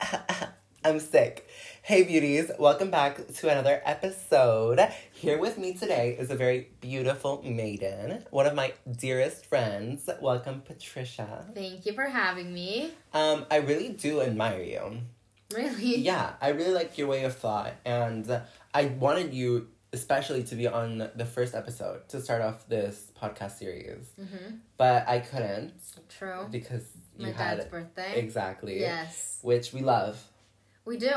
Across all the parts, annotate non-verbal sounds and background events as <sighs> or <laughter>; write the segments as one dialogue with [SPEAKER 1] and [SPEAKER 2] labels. [SPEAKER 1] <laughs> I'm sick. Hey, beauties, welcome back to another episode. Here with me today is a very beautiful maiden, one of my dearest friends. Welcome, Patricia.
[SPEAKER 2] Thank you for having me.
[SPEAKER 1] Um, I really do admire you.
[SPEAKER 2] Really?
[SPEAKER 1] Yeah, I really like your way of thought, and I wanted you especially to be on the first episode to start off this podcast series,
[SPEAKER 2] hmm
[SPEAKER 1] but I couldn't
[SPEAKER 2] True.
[SPEAKER 1] because you
[SPEAKER 2] Oh, My
[SPEAKER 1] had
[SPEAKER 2] dad's birthday.
[SPEAKER 1] exactly,
[SPEAKER 2] Yes.
[SPEAKER 1] which we love,
[SPEAKER 2] We do.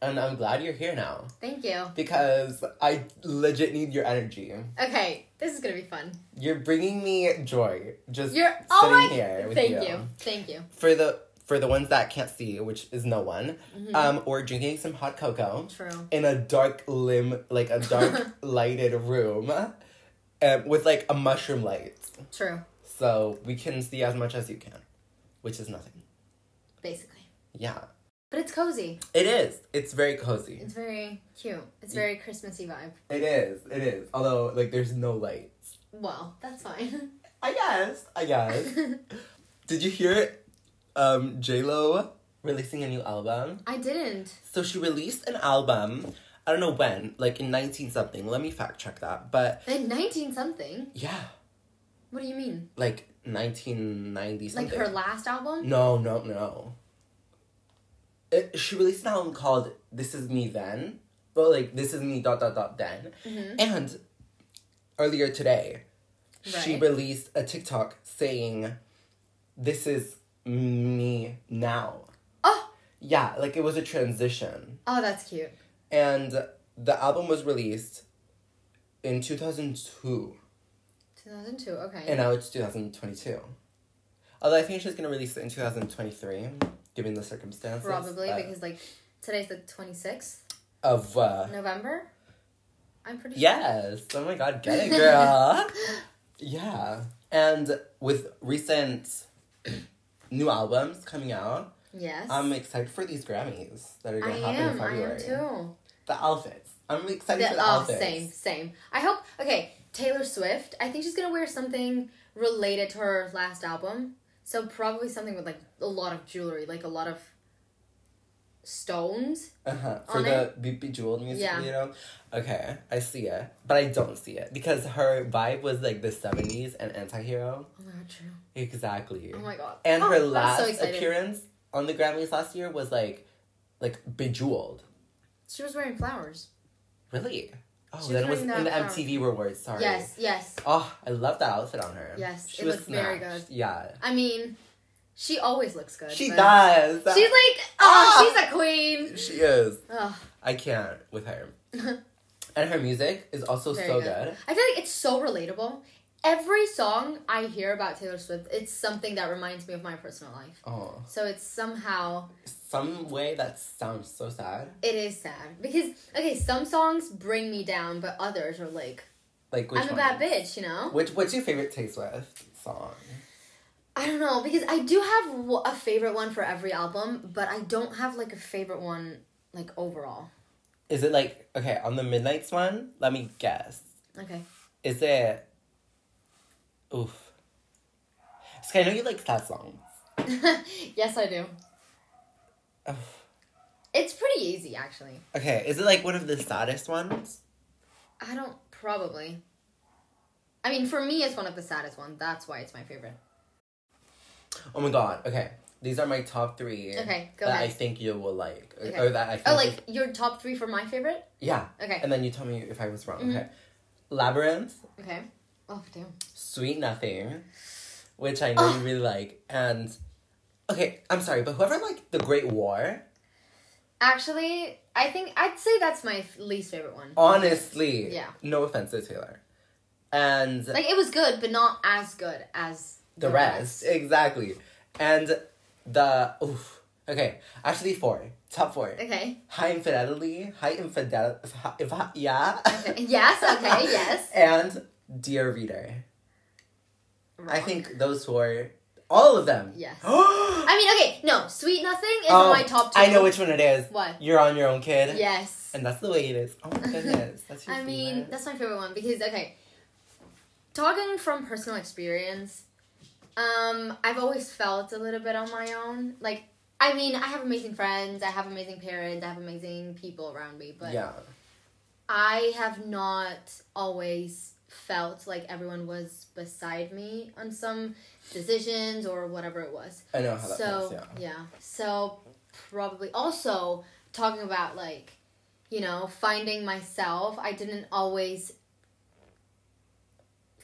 [SPEAKER 1] and I'm glad you're here now.
[SPEAKER 2] Thank you.
[SPEAKER 1] because I legit need your energy.
[SPEAKER 2] Okay, this is gonna be fun.
[SPEAKER 1] You're bringing me joy just
[SPEAKER 2] You're
[SPEAKER 1] sitting
[SPEAKER 2] oh my
[SPEAKER 1] here with
[SPEAKER 2] Thank you. Thank you.
[SPEAKER 1] For the for the ones that can't see, which is no one,
[SPEAKER 2] Mhm.
[SPEAKER 1] um, or drinking some hot cocoa
[SPEAKER 2] True.
[SPEAKER 1] in a dark lim like a
[SPEAKER 2] <laughs>
[SPEAKER 1] dark lighted room, um, with like a mushroom light,
[SPEAKER 2] True.
[SPEAKER 1] so we can see as much as you can, which is nothing.
[SPEAKER 2] Basically.
[SPEAKER 1] Yeah,
[SPEAKER 2] But it's cozy.
[SPEAKER 1] it is. It's very cozy.
[SPEAKER 2] It's very cute. It's very Christmassy vibe.
[SPEAKER 1] It is. It is. Although like there's no lights.
[SPEAKER 2] Well, that's fine. <laughs>
[SPEAKER 1] I guess. I guess. Did you hear um J Lo releasing a new album?
[SPEAKER 2] I didn't.
[SPEAKER 1] So she released an album. I don't know when, like in nineteen something. Let me fact check that. But
[SPEAKER 2] Like nineteen something.
[SPEAKER 1] yeah,
[SPEAKER 2] What do you mean?
[SPEAKER 1] like nineteen ninety something. Mm.
[SPEAKER 2] Like her last album?
[SPEAKER 1] no, no, no. It, she released an album called "This Is Me Then," but like "This Is Me dot dot dot then."
[SPEAKER 2] Mhm.
[SPEAKER 1] And earlier today, she
[SPEAKER 2] Right.
[SPEAKER 1] released a TikTok saying, "This is me now."
[SPEAKER 2] Oh.
[SPEAKER 1] Yeah, like it was a transition.
[SPEAKER 2] Oh, that's cute.
[SPEAKER 1] And the album was released in 2002,
[SPEAKER 2] Two thousand two. Okay.
[SPEAKER 1] and now it's 2022. Although I think she's gonna release it in 2023, given the circumstances.
[SPEAKER 2] Probably
[SPEAKER 1] but-
[SPEAKER 2] because like today's the twenty sixth.
[SPEAKER 1] of uh,
[SPEAKER 2] November? I'm pretty
[SPEAKER 1] Yes. Oh my god, get
[SPEAKER 2] <laughs>
[SPEAKER 1] it, girl. yeah. And with recent <clears throat> new albums coming out,
[SPEAKER 2] sure. Yes.
[SPEAKER 1] I'm excited for these Grammys that are
[SPEAKER 2] I
[SPEAKER 1] gonna happen in
[SPEAKER 2] am. I
[SPEAKER 1] February.
[SPEAKER 2] am too.
[SPEAKER 1] The outfits. I'm excited
[SPEAKER 2] The-
[SPEAKER 1] for the
[SPEAKER 2] oh,
[SPEAKER 1] outfits.
[SPEAKER 2] same, same. I hope. Okay, Taylor Swift. I think she's gonna wear something related to her last album. So probably something with like a lot of jewelry, like a lot of stones.
[SPEAKER 1] Uh-huh. For
[SPEAKER 2] on
[SPEAKER 1] the Be Bejeweled music
[SPEAKER 2] Yeah.
[SPEAKER 1] video. Okay, I see it. But I don't see it. Because her vibe was like the 70s and anti hero.
[SPEAKER 2] Oh my god, true.
[SPEAKER 1] Exactly.
[SPEAKER 2] Oh my god.
[SPEAKER 1] and
[SPEAKER 2] Oh,
[SPEAKER 1] her
[SPEAKER 2] I'm so
[SPEAKER 1] last
[SPEAKER 2] excited.
[SPEAKER 1] appearance on the Grammys last year was like like bejeweled.
[SPEAKER 2] She was wearing flowers.
[SPEAKER 1] Really? Oh,
[SPEAKER 2] She was
[SPEAKER 1] then it was in
[SPEAKER 2] wearing
[SPEAKER 1] the
[SPEAKER 2] that flower.
[SPEAKER 1] MTV Rewards. Sorry.
[SPEAKER 2] Yes, yes.
[SPEAKER 1] Oh, I love that outfit on her.
[SPEAKER 2] Yes,
[SPEAKER 1] she
[SPEAKER 2] it
[SPEAKER 1] was
[SPEAKER 2] looked very
[SPEAKER 1] snatched. Yeah,
[SPEAKER 2] I mean, she always looks good.
[SPEAKER 1] she
[SPEAKER 2] but-
[SPEAKER 1] does. Ah!
[SPEAKER 2] She's
[SPEAKER 1] <laughs>
[SPEAKER 2] like, oh, she's a queen.
[SPEAKER 1] she is.
[SPEAKER 2] Ugh.
[SPEAKER 1] I can't with
[SPEAKER 2] <laughs>
[SPEAKER 1] her. and her music is also
[SPEAKER 2] Very
[SPEAKER 1] so
[SPEAKER 2] good.
[SPEAKER 1] good.
[SPEAKER 2] I feel like it's so relatable. Every song I hear about Taylor Swift, it's something that reminds me of my personal life.
[SPEAKER 1] Oh,
[SPEAKER 2] So it's somehow
[SPEAKER 1] some way that sounds so sad.
[SPEAKER 2] it is sad because okay, some songs bring me down, but others are like
[SPEAKER 1] Like which
[SPEAKER 2] I'm a
[SPEAKER 1] one?
[SPEAKER 2] bad bitch, you know.
[SPEAKER 1] Which what's your favorite Taylor Swift song?
[SPEAKER 2] I don't know because I do have w- a favorite one for every album, but I don't have like a favorite one like overall.
[SPEAKER 1] Is it like okay on the Midnight's one? Let me guess.
[SPEAKER 2] Okay, <laughs>
[SPEAKER 1] Is it? Oof. 'Cause I know you like sad songs.
[SPEAKER 2] yes I do.
[SPEAKER 1] Oof.
[SPEAKER 2] It's pretty easy actually.
[SPEAKER 1] Okay, is it like one of the saddest ones?
[SPEAKER 2] I don't probably. I mean, for me, it's one of the saddest ones. That's why it's my favorite.
[SPEAKER 1] Oh my god, okay. These are my top three.
[SPEAKER 2] Okay, go
[SPEAKER 1] that I
[SPEAKER 2] ahead.
[SPEAKER 1] think you will like. or-
[SPEAKER 2] Okay.
[SPEAKER 1] Or that I think.
[SPEAKER 2] Oh,
[SPEAKER 1] is-
[SPEAKER 2] like your top three for my favorite?
[SPEAKER 1] yeah,
[SPEAKER 2] Okay.
[SPEAKER 1] and then you tell me if I was wrong.
[SPEAKER 2] Mhm.
[SPEAKER 1] Okay. Labyrinth,
[SPEAKER 2] Okay. Oh, damn.
[SPEAKER 1] Sweet Nothing, which I
[SPEAKER 2] Oh.
[SPEAKER 1] know you really like, and. Okay, I'm sorry, but whoever liked The Great War,
[SPEAKER 2] Actually, I think I'd say that's my f- least favorite one.
[SPEAKER 1] honestly.
[SPEAKER 2] Yeah.
[SPEAKER 1] No offense to Taylor. And
[SPEAKER 2] Like, it was good, but not as good as
[SPEAKER 1] the rest. Exactly. And the. Oof. Okay, actually, four. Top four.
[SPEAKER 2] Okay.
[SPEAKER 1] High infidelity, high infidel, hi- if hi- yeah, <laughs>
[SPEAKER 2] yes, okay, yes.
[SPEAKER 1] and dear reader. I
[SPEAKER 2] Wrong.
[SPEAKER 1] think those were all of them.
[SPEAKER 2] Yes.
[SPEAKER 1] <gasps>
[SPEAKER 2] <gasps>
[SPEAKER 1] I
[SPEAKER 2] I mean, okay, no. Sweet Nothing is
[SPEAKER 1] Oh,
[SPEAKER 2] my top two.
[SPEAKER 1] I know which one it is.
[SPEAKER 2] What?
[SPEAKER 1] You're on your own, kid.
[SPEAKER 2] Yes.
[SPEAKER 1] And that's the way it is. Oh
[SPEAKER 2] <laughs>
[SPEAKER 1] my goodness, that's your
[SPEAKER 2] I mean,
[SPEAKER 1] favorite.
[SPEAKER 2] that's my favorite one because okay, talking from personal experience, um, I've always felt a little bit on my own. Like
[SPEAKER 3] I mean, I have amazing friends, I have amazing parents, I have amazing people around me, but
[SPEAKER 1] yeah.
[SPEAKER 3] I have not always felt like everyone was beside me on some decisions or whatever it was.
[SPEAKER 1] I know how Oh, that
[SPEAKER 3] so
[SPEAKER 1] feels. Yeah.
[SPEAKER 3] So probably also talking about like, you know, finding myself, I didn't always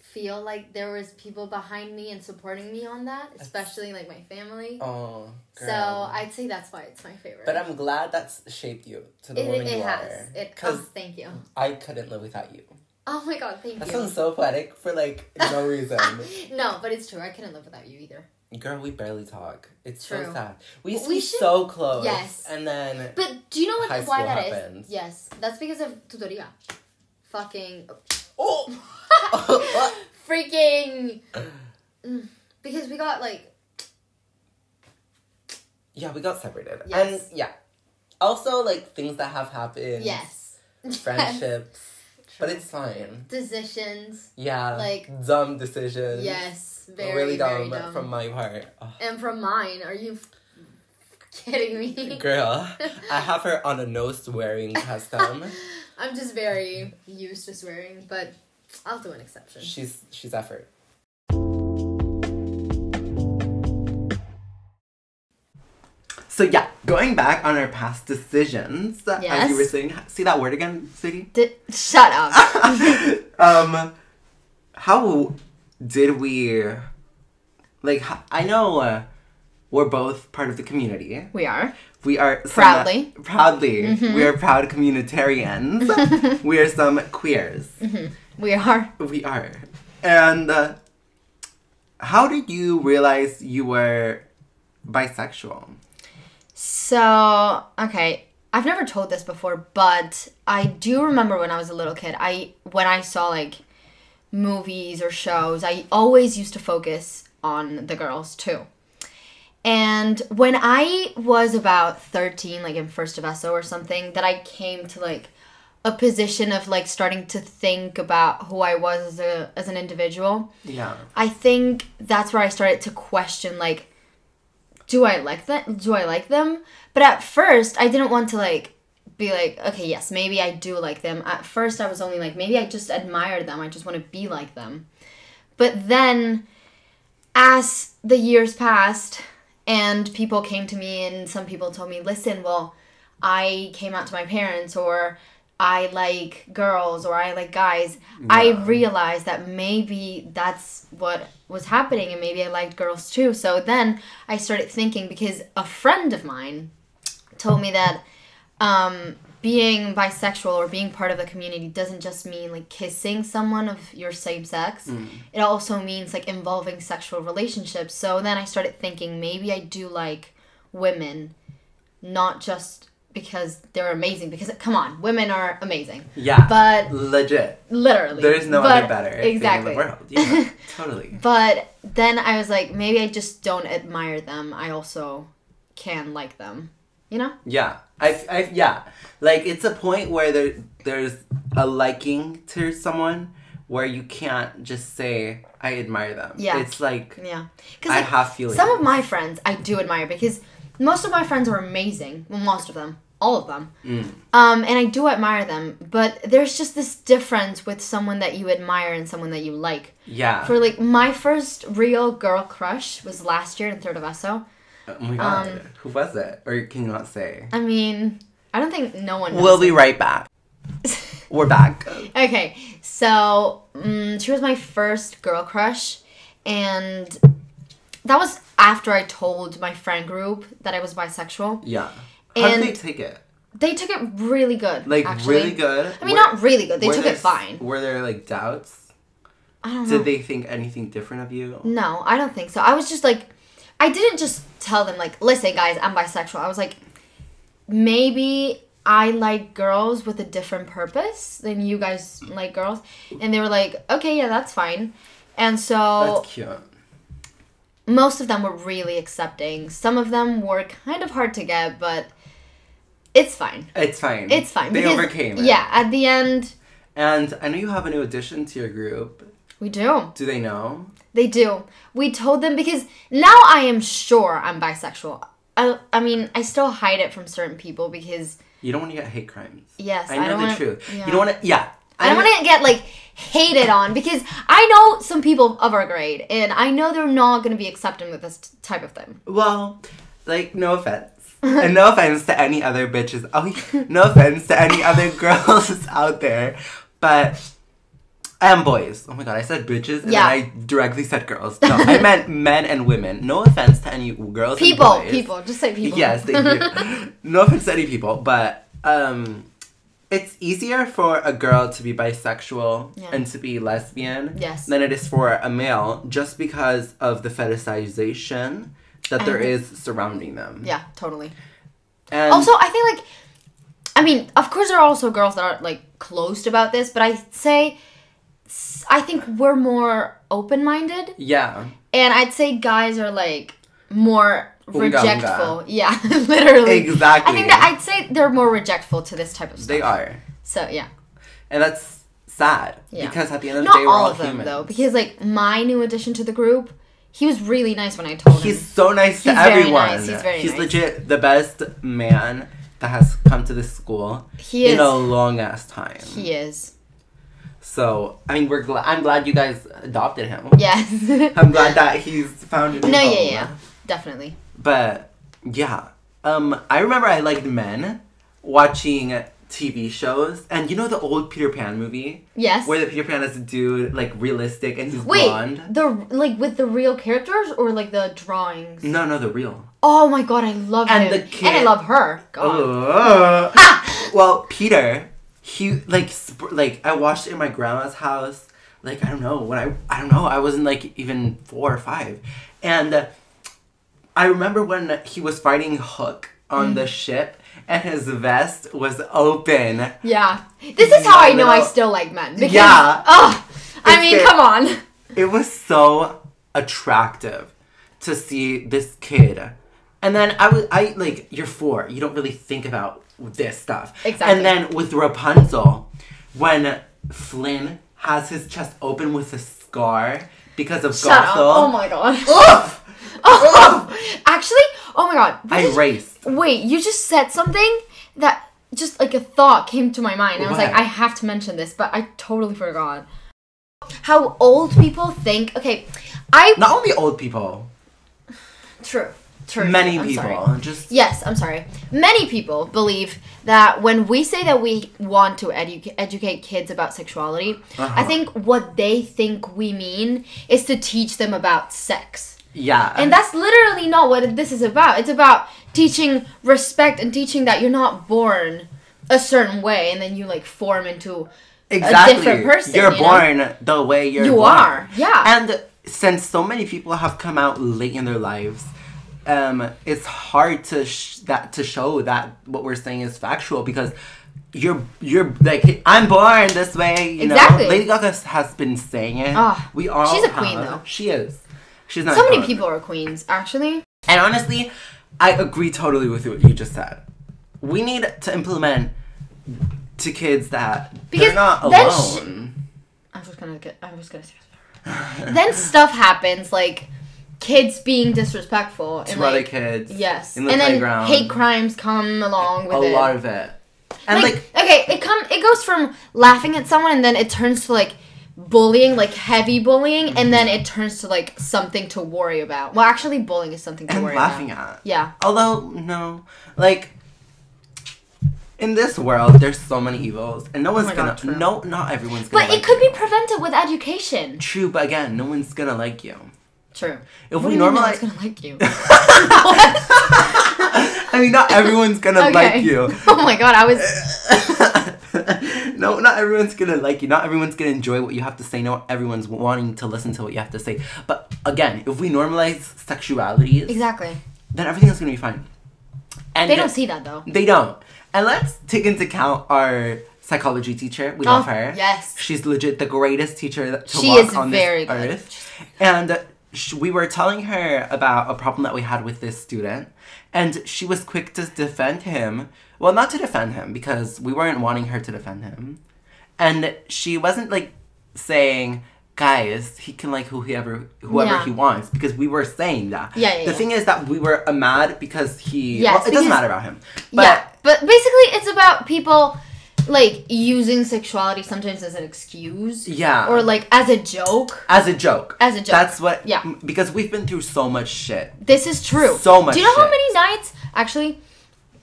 [SPEAKER 3] feel like there was people behind me and supporting me on that, especially like my family.
[SPEAKER 1] Oh, girl.
[SPEAKER 3] So I'd say that's why it's my favorite.
[SPEAKER 1] But I'm glad that's shaped you to the
[SPEAKER 3] it,
[SPEAKER 1] woman
[SPEAKER 3] it
[SPEAKER 1] you
[SPEAKER 3] has.
[SPEAKER 1] are.
[SPEAKER 3] It
[SPEAKER 1] Because
[SPEAKER 3] oh, thank you.
[SPEAKER 1] I couldn't live without you.
[SPEAKER 3] Oh my god, thank
[SPEAKER 1] That
[SPEAKER 3] you. <laughs>
[SPEAKER 1] sounds so poetic for like no reason.
[SPEAKER 3] no, but it's true. I couldn't live without you either.
[SPEAKER 1] Girl, we barely talk. It's so
[SPEAKER 3] True.
[SPEAKER 1] sad. We used to
[SPEAKER 3] We
[SPEAKER 1] be
[SPEAKER 3] should-
[SPEAKER 1] so close.
[SPEAKER 3] Yes.
[SPEAKER 1] And then
[SPEAKER 3] <laughs> But do you know what
[SPEAKER 1] High
[SPEAKER 3] why
[SPEAKER 1] school
[SPEAKER 3] that is?
[SPEAKER 1] happens.
[SPEAKER 3] Yes, that's because of tutoria. Fucking
[SPEAKER 1] oh,
[SPEAKER 3] <laughs> freaking Mm, because we got like
[SPEAKER 1] yeah, we got separated.
[SPEAKER 3] Yes.
[SPEAKER 1] And yeah, also like things that have happened.
[SPEAKER 3] yes. <laughs>
[SPEAKER 1] Friendships, but it's fine.
[SPEAKER 3] decisions.
[SPEAKER 1] Yeah,
[SPEAKER 3] Like-
[SPEAKER 1] dumb decisions.
[SPEAKER 3] Yes, very
[SPEAKER 1] really
[SPEAKER 3] very
[SPEAKER 1] dumb,
[SPEAKER 3] dumb.
[SPEAKER 1] from
[SPEAKER 3] <laughs>
[SPEAKER 1] my part. Ugh,
[SPEAKER 3] and from mine, are you f- kidding me?
[SPEAKER 1] girl, I have her on a no
[SPEAKER 3] <laughs>
[SPEAKER 1] swearing custom.
[SPEAKER 3] I'm just very used to swearing, but I'll do an exception.
[SPEAKER 1] she's she's effort. So yeah, going back on our past decisions, as
[SPEAKER 3] Yes.
[SPEAKER 1] you were saying, see that word again, City.
[SPEAKER 3] Did, shut up. <laughs>
[SPEAKER 1] um, how did we, like, h- I know uh, we're both part of the community.
[SPEAKER 3] we are.
[SPEAKER 1] We are some-
[SPEAKER 3] Proudly. Mm-hmm.
[SPEAKER 1] proudly, we are proud
[SPEAKER 3] <laughs>
[SPEAKER 1] communitarians. we are some queers.
[SPEAKER 3] We are.
[SPEAKER 1] We are. And uh, how did you realize you were bisexual?
[SPEAKER 2] So, okay, I've never told this before, but I do remember when I was a little kid, I when I saw like movies or shows, I always used to focus on the girls too. And when I was about 13, like in first of SO or something, that I came to like a position of like starting to think about who I was as a as an individual.
[SPEAKER 1] Yeah.
[SPEAKER 2] I think that's where I started to question like do I like that do I like them? But at first I didn't want to like be like okay, yes, maybe I do like them. At first I was only like maybe I just admire them. I just want to be like them. But then as the years passed and people came to me and some people told me, "Listen, well, I came out to my parents or I like girls or I like guys." I realized that maybe that's what was happening and maybe I liked girls too. So then I started thinking because a friend of mine told me that um, being bisexual or being part of the community doesn't just mean like kissing someone of your same sex. It also means like involving sexual relationships. So then I started thinking maybe I do like women, not just because they're amazing. Because come on, women are amazing.
[SPEAKER 1] Yeah.
[SPEAKER 2] But
[SPEAKER 1] Legit.
[SPEAKER 2] literally,
[SPEAKER 1] There's no
[SPEAKER 2] but,
[SPEAKER 1] other better thing
[SPEAKER 2] Exactly.
[SPEAKER 1] in the world.
[SPEAKER 2] <laughs>
[SPEAKER 1] Yeah. totally.
[SPEAKER 2] But then I was like, maybe I just don't admire them. I also can like them. You know?
[SPEAKER 1] Yeah. I, I yeah. Like it's a point where there there's a liking to someone where you can't just say I admire them.
[SPEAKER 2] Yeah.
[SPEAKER 1] It's like
[SPEAKER 2] Yeah.
[SPEAKER 1] I
[SPEAKER 2] Because
[SPEAKER 1] have feelings.
[SPEAKER 2] some of my friends I do admire because most of my friends are amazing. Well, most of them, all of them.
[SPEAKER 1] Mm.
[SPEAKER 2] Um, and I do admire them, but there's just this difference with someone that you admire and someone that you like.
[SPEAKER 1] yeah.
[SPEAKER 2] For like my first real girl crush was last year in third of ESO.
[SPEAKER 1] oh my god.
[SPEAKER 2] um,
[SPEAKER 1] Who was it? Or can you not say?
[SPEAKER 2] I mean, I don't think no one. Knows
[SPEAKER 1] We'll be right
[SPEAKER 2] <laughs>
[SPEAKER 1] back. We're back.
[SPEAKER 2] Okay, so mm she was my first girl crush, and that was after I told my friend group that I was bisexual.
[SPEAKER 1] Yeah. How did
[SPEAKER 2] And-
[SPEAKER 1] they take it?
[SPEAKER 2] They took it really good.
[SPEAKER 1] Like
[SPEAKER 2] actually.
[SPEAKER 1] really good.
[SPEAKER 2] I mean,
[SPEAKER 1] Were-
[SPEAKER 2] not really good. They
[SPEAKER 1] were
[SPEAKER 2] took
[SPEAKER 1] there
[SPEAKER 2] it
[SPEAKER 1] s-
[SPEAKER 2] fine.
[SPEAKER 1] Were there like doubts?
[SPEAKER 2] I don't know.
[SPEAKER 1] Did they think anything different of you?
[SPEAKER 2] No, I don't think so. I was just like, I didn't just tell them like, listen, guys, I'm bisexual. I was like, maybe I like girls with a different purpose than you guys like girls, and they were like, okay, yeah, that's fine. And so
[SPEAKER 1] That's cute.
[SPEAKER 2] most of them were really accepting. Some of them were kind of hard to get, but it's fine.
[SPEAKER 1] It's fine.
[SPEAKER 2] It's fine.
[SPEAKER 1] They
[SPEAKER 2] because-
[SPEAKER 1] overcame it.
[SPEAKER 2] Yeah, at the end,
[SPEAKER 1] And I know you have a new addition to your group.
[SPEAKER 2] we do.
[SPEAKER 1] Do they know?
[SPEAKER 2] They do. We told them because now I am sure I'm bisexual. I, I mean, I still hide it from certain people because
[SPEAKER 1] You don't want to get hate crimes.
[SPEAKER 2] yes,
[SPEAKER 1] I know
[SPEAKER 2] don't
[SPEAKER 1] the
[SPEAKER 2] wanna,
[SPEAKER 1] truth.
[SPEAKER 2] Yeah.
[SPEAKER 1] You don't want to. Yeah.
[SPEAKER 2] I don't want to get like hated on because I know some people of our grade, and I know they're not going to be accepting with this t- type of thing.
[SPEAKER 1] Well, like no
[SPEAKER 2] <laughs>
[SPEAKER 1] offense, and no offense to any other bitches. Oh, <laughs> no offense to any other <laughs> girls out there, but and boys. Oh my god, I said bitches, and
[SPEAKER 2] Yeah.
[SPEAKER 1] then I directly said girls. No, I
[SPEAKER 2] <laughs>
[SPEAKER 1] meant men and women. No offense to any girls. and
[SPEAKER 2] People,
[SPEAKER 1] boys.
[SPEAKER 2] people, just say people.
[SPEAKER 1] <laughs> Yes, thank you. no offense to any people, but um, it's easier for a girl to be bisexual
[SPEAKER 2] Yeah.
[SPEAKER 1] and to be lesbian
[SPEAKER 2] Yes.
[SPEAKER 1] than it is for a male just because of the fetishization that there
[SPEAKER 2] agree.
[SPEAKER 1] is surrounding them.
[SPEAKER 2] yeah, totally.
[SPEAKER 1] And
[SPEAKER 2] also, I think like, I mean, of course, there are also girls that are like closed about this, but I say, s- I think we're more open minded,
[SPEAKER 1] yeah,
[SPEAKER 2] and I'd say guys are like more
[SPEAKER 1] Unga, unga.
[SPEAKER 2] rejectful. Yeah, <laughs> literally.
[SPEAKER 1] exactly.
[SPEAKER 2] I think that I'd say they're more rejectful to this type of stuff.
[SPEAKER 1] they are,
[SPEAKER 2] So yeah.
[SPEAKER 1] and that's sad
[SPEAKER 2] Yeah.
[SPEAKER 1] because at the end of the
[SPEAKER 2] Not
[SPEAKER 1] day, we're
[SPEAKER 2] all
[SPEAKER 1] all,
[SPEAKER 2] of them
[SPEAKER 1] human.
[SPEAKER 2] though, because like my new addition to the group, he was really nice when I told
[SPEAKER 1] He's
[SPEAKER 2] him.
[SPEAKER 1] so nice to
[SPEAKER 2] He's very
[SPEAKER 1] everyone.
[SPEAKER 2] nice, he's very nice.
[SPEAKER 1] legit the best man that has come to this school
[SPEAKER 2] He
[SPEAKER 1] in a
[SPEAKER 2] is.
[SPEAKER 1] long ass time.
[SPEAKER 2] He is.
[SPEAKER 1] So I mean, we're glad. I'm glad you guys adopted him.
[SPEAKER 2] Yes.
[SPEAKER 1] <laughs> I'm glad that he's found a new
[SPEAKER 2] No, yeah,
[SPEAKER 1] home.
[SPEAKER 2] yeah, definitely.
[SPEAKER 1] But yeah, um, I remember I liked men watching TV shows, and you know the old Peter Pan movie
[SPEAKER 2] Yes.
[SPEAKER 1] where the Peter Pan is a dude like realistic and he's
[SPEAKER 2] Wait,
[SPEAKER 1] blonde.
[SPEAKER 2] the like with the real characters or like the drawings?
[SPEAKER 1] No, no, the real.
[SPEAKER 2] Oh my god, I love
[SPEAKER 1] And
[SPEAKER 2] him.
[SPEAKER 1] the
[SPEAKER 2] And I
[SPEAKER 1] kid-
[SPEAKER 2] love her. God.
[SPEAKER 1] Oh. Well, Peter, he like sp- like I watched it in my grandma's house. Like I don't know when I I don't know I wasn't like even four or five, and uh, I remember when he was fighting Hook on the ship and his vest was open.
[SPEAKER 2] Yeah. This is how I know I
[SPEAKER 1] Phenomenal.
[SPEAKER 2] still like men. Because,
[SPEAKER 1] Yeah.
[SPEAKER 2] Oh, I
[SPEAKER 1] It's
[SPEAKER 2] mean,
[SPEAKER 1] good.
[SPEAKER 2] come on.
[SPEAKER 1] It was so attractive to see this kid. And then I was I like you're four. You don't really think about this stuff.
[SPEAKER 2] Exactly.
[SPEAKER 1] And then with Rapunzel, when Flynn has his chest open with a scar because of
[SPEAKER 2] Shut up. Oh
[SPEAKER 1] Gothel. <laughs>
[SPEAKER 2] my god. <laughs>
[SPEAKER 1] Oof!
[SPEAKER 2] Oh, actually, oh my god. <laughs> What
[SPEAKER 1] I
[SPEAKER 2] did-
[SPEAKER 1] raced.
[SPEAKER 2] Wait, you just said something that just like a thought came to my mind. I was
[SPEAKER 1] What?
[SPEAKER 2] like, I have to mention this, but I totally forgot. How old people think. Okay, I.
[SPEAKER 1] Not only old people,
[SPEAKER 2] True. True.
[SPEAKER 1] many
[SPEAKER 2] I'm
[SPEAKER 1] people.
[SPEAKER 2] sorry.
[SPEAKER 1] Just
[SPEAKER 2] Yes, I'm sorry. Many people believe that when we say that we want to edu- educate kids about sexuality, I
[SPEAKER 1] Uh-huh.
[SPEAKER 2] think what they think we mean is to teach them about sex.
[SPEAKER 1] yeah.
[SPEAKER 2] And that's literally not what this is about. It's about teaching respect and teaching that you're not born a certain way and then you like form into
[SPEAKER 1] exactly.
[SPEAKER 2] a different person.
[SPEAKER 1] You're
[SPEAKER 2] you know?
[SPEAKER 1] born the way you're
[SPEAKER 2] You
[SPEAKER 1] born.
[SPEAKER 2] are, yeah.
[SPEAKER 1] And since so many people have come out late in their lives, um, it's hard to sh- that to show that what we're saying is factual because you're you're like I'm born this way. You
[SPEAKER 2] Exactly.
[SPEAKER 1] know, Lady Gaga s- has been saying it.
[SPEAKER 2] Ah,
[SPEAKER 1] we all.
[SPEAKER 2] she's a queen,
[SPEAKER 1] have.
[SPEAKER 2] though.
[SPEAKER 1] She is. She's not.
[SPEAKER 2] So many
[SPEAKER 1] dumb.
[SPEAKER 2] people are queens, actually.
[SPEAKER 1] And honestly, I agree totally with what you just said. We need to implement to kids that
[SPEAKER 2] Because
[SPEAKER 1] they're not
[SPEAKER 2] then sh-
[SPEAKER 1] alone.
[SPEAKER 2] I was gonna get. I was gonna say.
[SPEAKER 1] <laughs>
[SPEAKER 2] then stuff happens like kids being disrespectful and
[SPEAKER 1] to
[SPEAKER 2] like
[SPEAKER 1] other kids.
[SPEAKER 2] yes,
[SPEAKER 1] in the
[SPEAKER 2] and
[SPEAKER 1] playground.
[SPEAKER 2] then hate crimes come along with
[SPEAKER 1] a
[SPEAKER 2] it.
[SPEAKER 1] lot of it. And
[SPEAKER 2] like,
[SPEAKER 1] like
[SPEAKER 2] okay, it come it goes from laughing at someone and then it turns to like bullying, like heavy bullying, and then it turns to like something to worry about. Well, actually, bullying is something to
[SPEAKER 1] and
[SPEAKER 2] worry
[SPEAKER 1] laughing
[SPEAKER 2] about.
[SPEAKER 1] at.
[SPEAKER 2] Yeah,
[SPEAKER 1] Although no, like in this world, there's so many evils, and no one's
[SPEAKER 2] Oh my
[SPEAKER 1] gonna.
[SPEAKER 2] God, true.
[SPEAKER 1] no, not everyone's gonna.
[SPEAKER 2] but it
[SPEAKER 1] like
[SPEAKER 2] could
[SPEAKER 1] you.
[SPEAKER 2] be prevented with education.
[SPEAKER 1] true. But again, no one's gonna like you.
[SPEAKER 2] True.
[SPEAKER 1] If
[SPEAKER 2] What
[SPEAKER 1] we
[SPEAKER 2] do you mean no one's
[SPEAKER 1] normalize,
[SPEAKER 2] gonna like you.
[SPEAKER 1] I mean, not everyone's gonna
[SPEAKER 2] <laughs> okay.
[SPEAKER 1] <laughs> like you. <laughs>
[SPEAKER 2] Oh my god, I was.
[SPEAKER 1] no, not everyone's gonna like you. Not everyone's gonna enjoy what you have to say. Not everyone's wanting to listen to what you have to say. But again, if we normalize sexuality,
[SPEAKER 2] Exactly.
[SPEAKER 1] then everything's gonna be fine. And
[SPEAKER 2] They don't see that though.
[SPEAKER 1] They don't. And let's take into account our psychology teacher. We love
[SPEAKER 2] Oh,
[SPEAKER 1] her.
[SPEAKER 2] yes.
[SPEAKER 1] She's legit the greatest teacher that- to
[SPEAKER 2] She
[SPEAKER 1] walk
[SPEAKER 2] is
[SPEAKER 1] on
[SPEAKER 2] very
[SPEAKER 1] this
[SPEAKER 2] good.
[SPEAKER 1] earth. And sh- we were telling her about a problem that we had with this student, and she was quick to defend him. Well, not to defend him because we weren't wanting her to defend him, and she wasn't like saying guys, he can like whoever whoever
[SPEAKER 2] Yeah.
[SPEAKER 1] he wants because we were saying that.
[SPEAKER 2] Yeah, yeah,
[SPEAKER 1] the
[SPEAKER 2] yeah.
[SPEAKER 1] thing is that we were uh, mad because he.
[SPEAKER 2] Yes,
[SPEAKER 1] well, it doesn't
[SPEAKER 2] because-
[SPEAKER 1] matter about him. But
[SPEAKER 2] yeah, but basically, it's about people like using sexuality sometimes as an excuse
[SPEAKER 1] Yeah.
[SPEAKER 2] or like as a joke.
[SPEAKER 1] as a joke.
[SPEAKER 2] As a joke.
[SPEAKER 1] That's what.
[SPEAKER 2] Yeah.
[SPEAKER 1] m- Because we've been through so much shit.
[SPEAKER 2] This is true.
[SPEAKER 1] So much
[SPEAKER 2] Do you know how
[SPEAKER 1] shit.
[SPEAKER 2] many nights actually?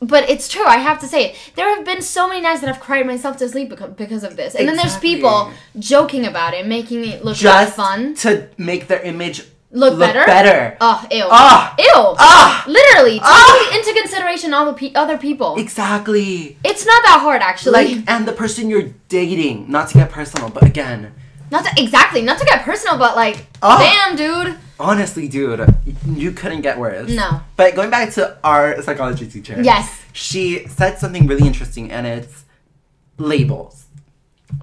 [SPEAKER 2] But it's true. I have to say it. There have been so many nights that I've cried myself to sleep beca- because of this, and then there's
[SPEAKER 1] Exactly.
[SPEAKER 2] people joking about it, making it look
[SPEAKER 1] Just
[SPEAKER 2] fun,
[SPEAKER 1] to make their image
[SPEAKER 2] look, better.
[SPEAKER 1] Better.
[SPEAKER 2] Oh, ew.
[SPEAKER 1] Ah.
[SPEAKER 2] Ew.
[SPEAKER 1] Ah.
[SPEAKER 2] Literally, taking
[SPEAKER 1] Ah.
[SPEAKER 2] into consideration all the pe- other people.
[SPEAKER 1] Exactly.
[SPEAKER 2] it's not that hard, actually.
[SPEAKER 1] Like, and the person you're dating. Not to get personal, but again,
[SPEAKER 2] Not to, exactly, not to get personal, but like,
[SPEAKER 1] Ah.
[SPEAKER 2] damn, dude.
[SPEAKER 1] honestly, dude, y- you couldn't get worse.
[SPEAKER 2] No.
[SPEAKER 1] But going back to our psychology teacher.
[SPEAKER 2] Yes.
[SPEAKER 1] She said something really interesting, and it's labels.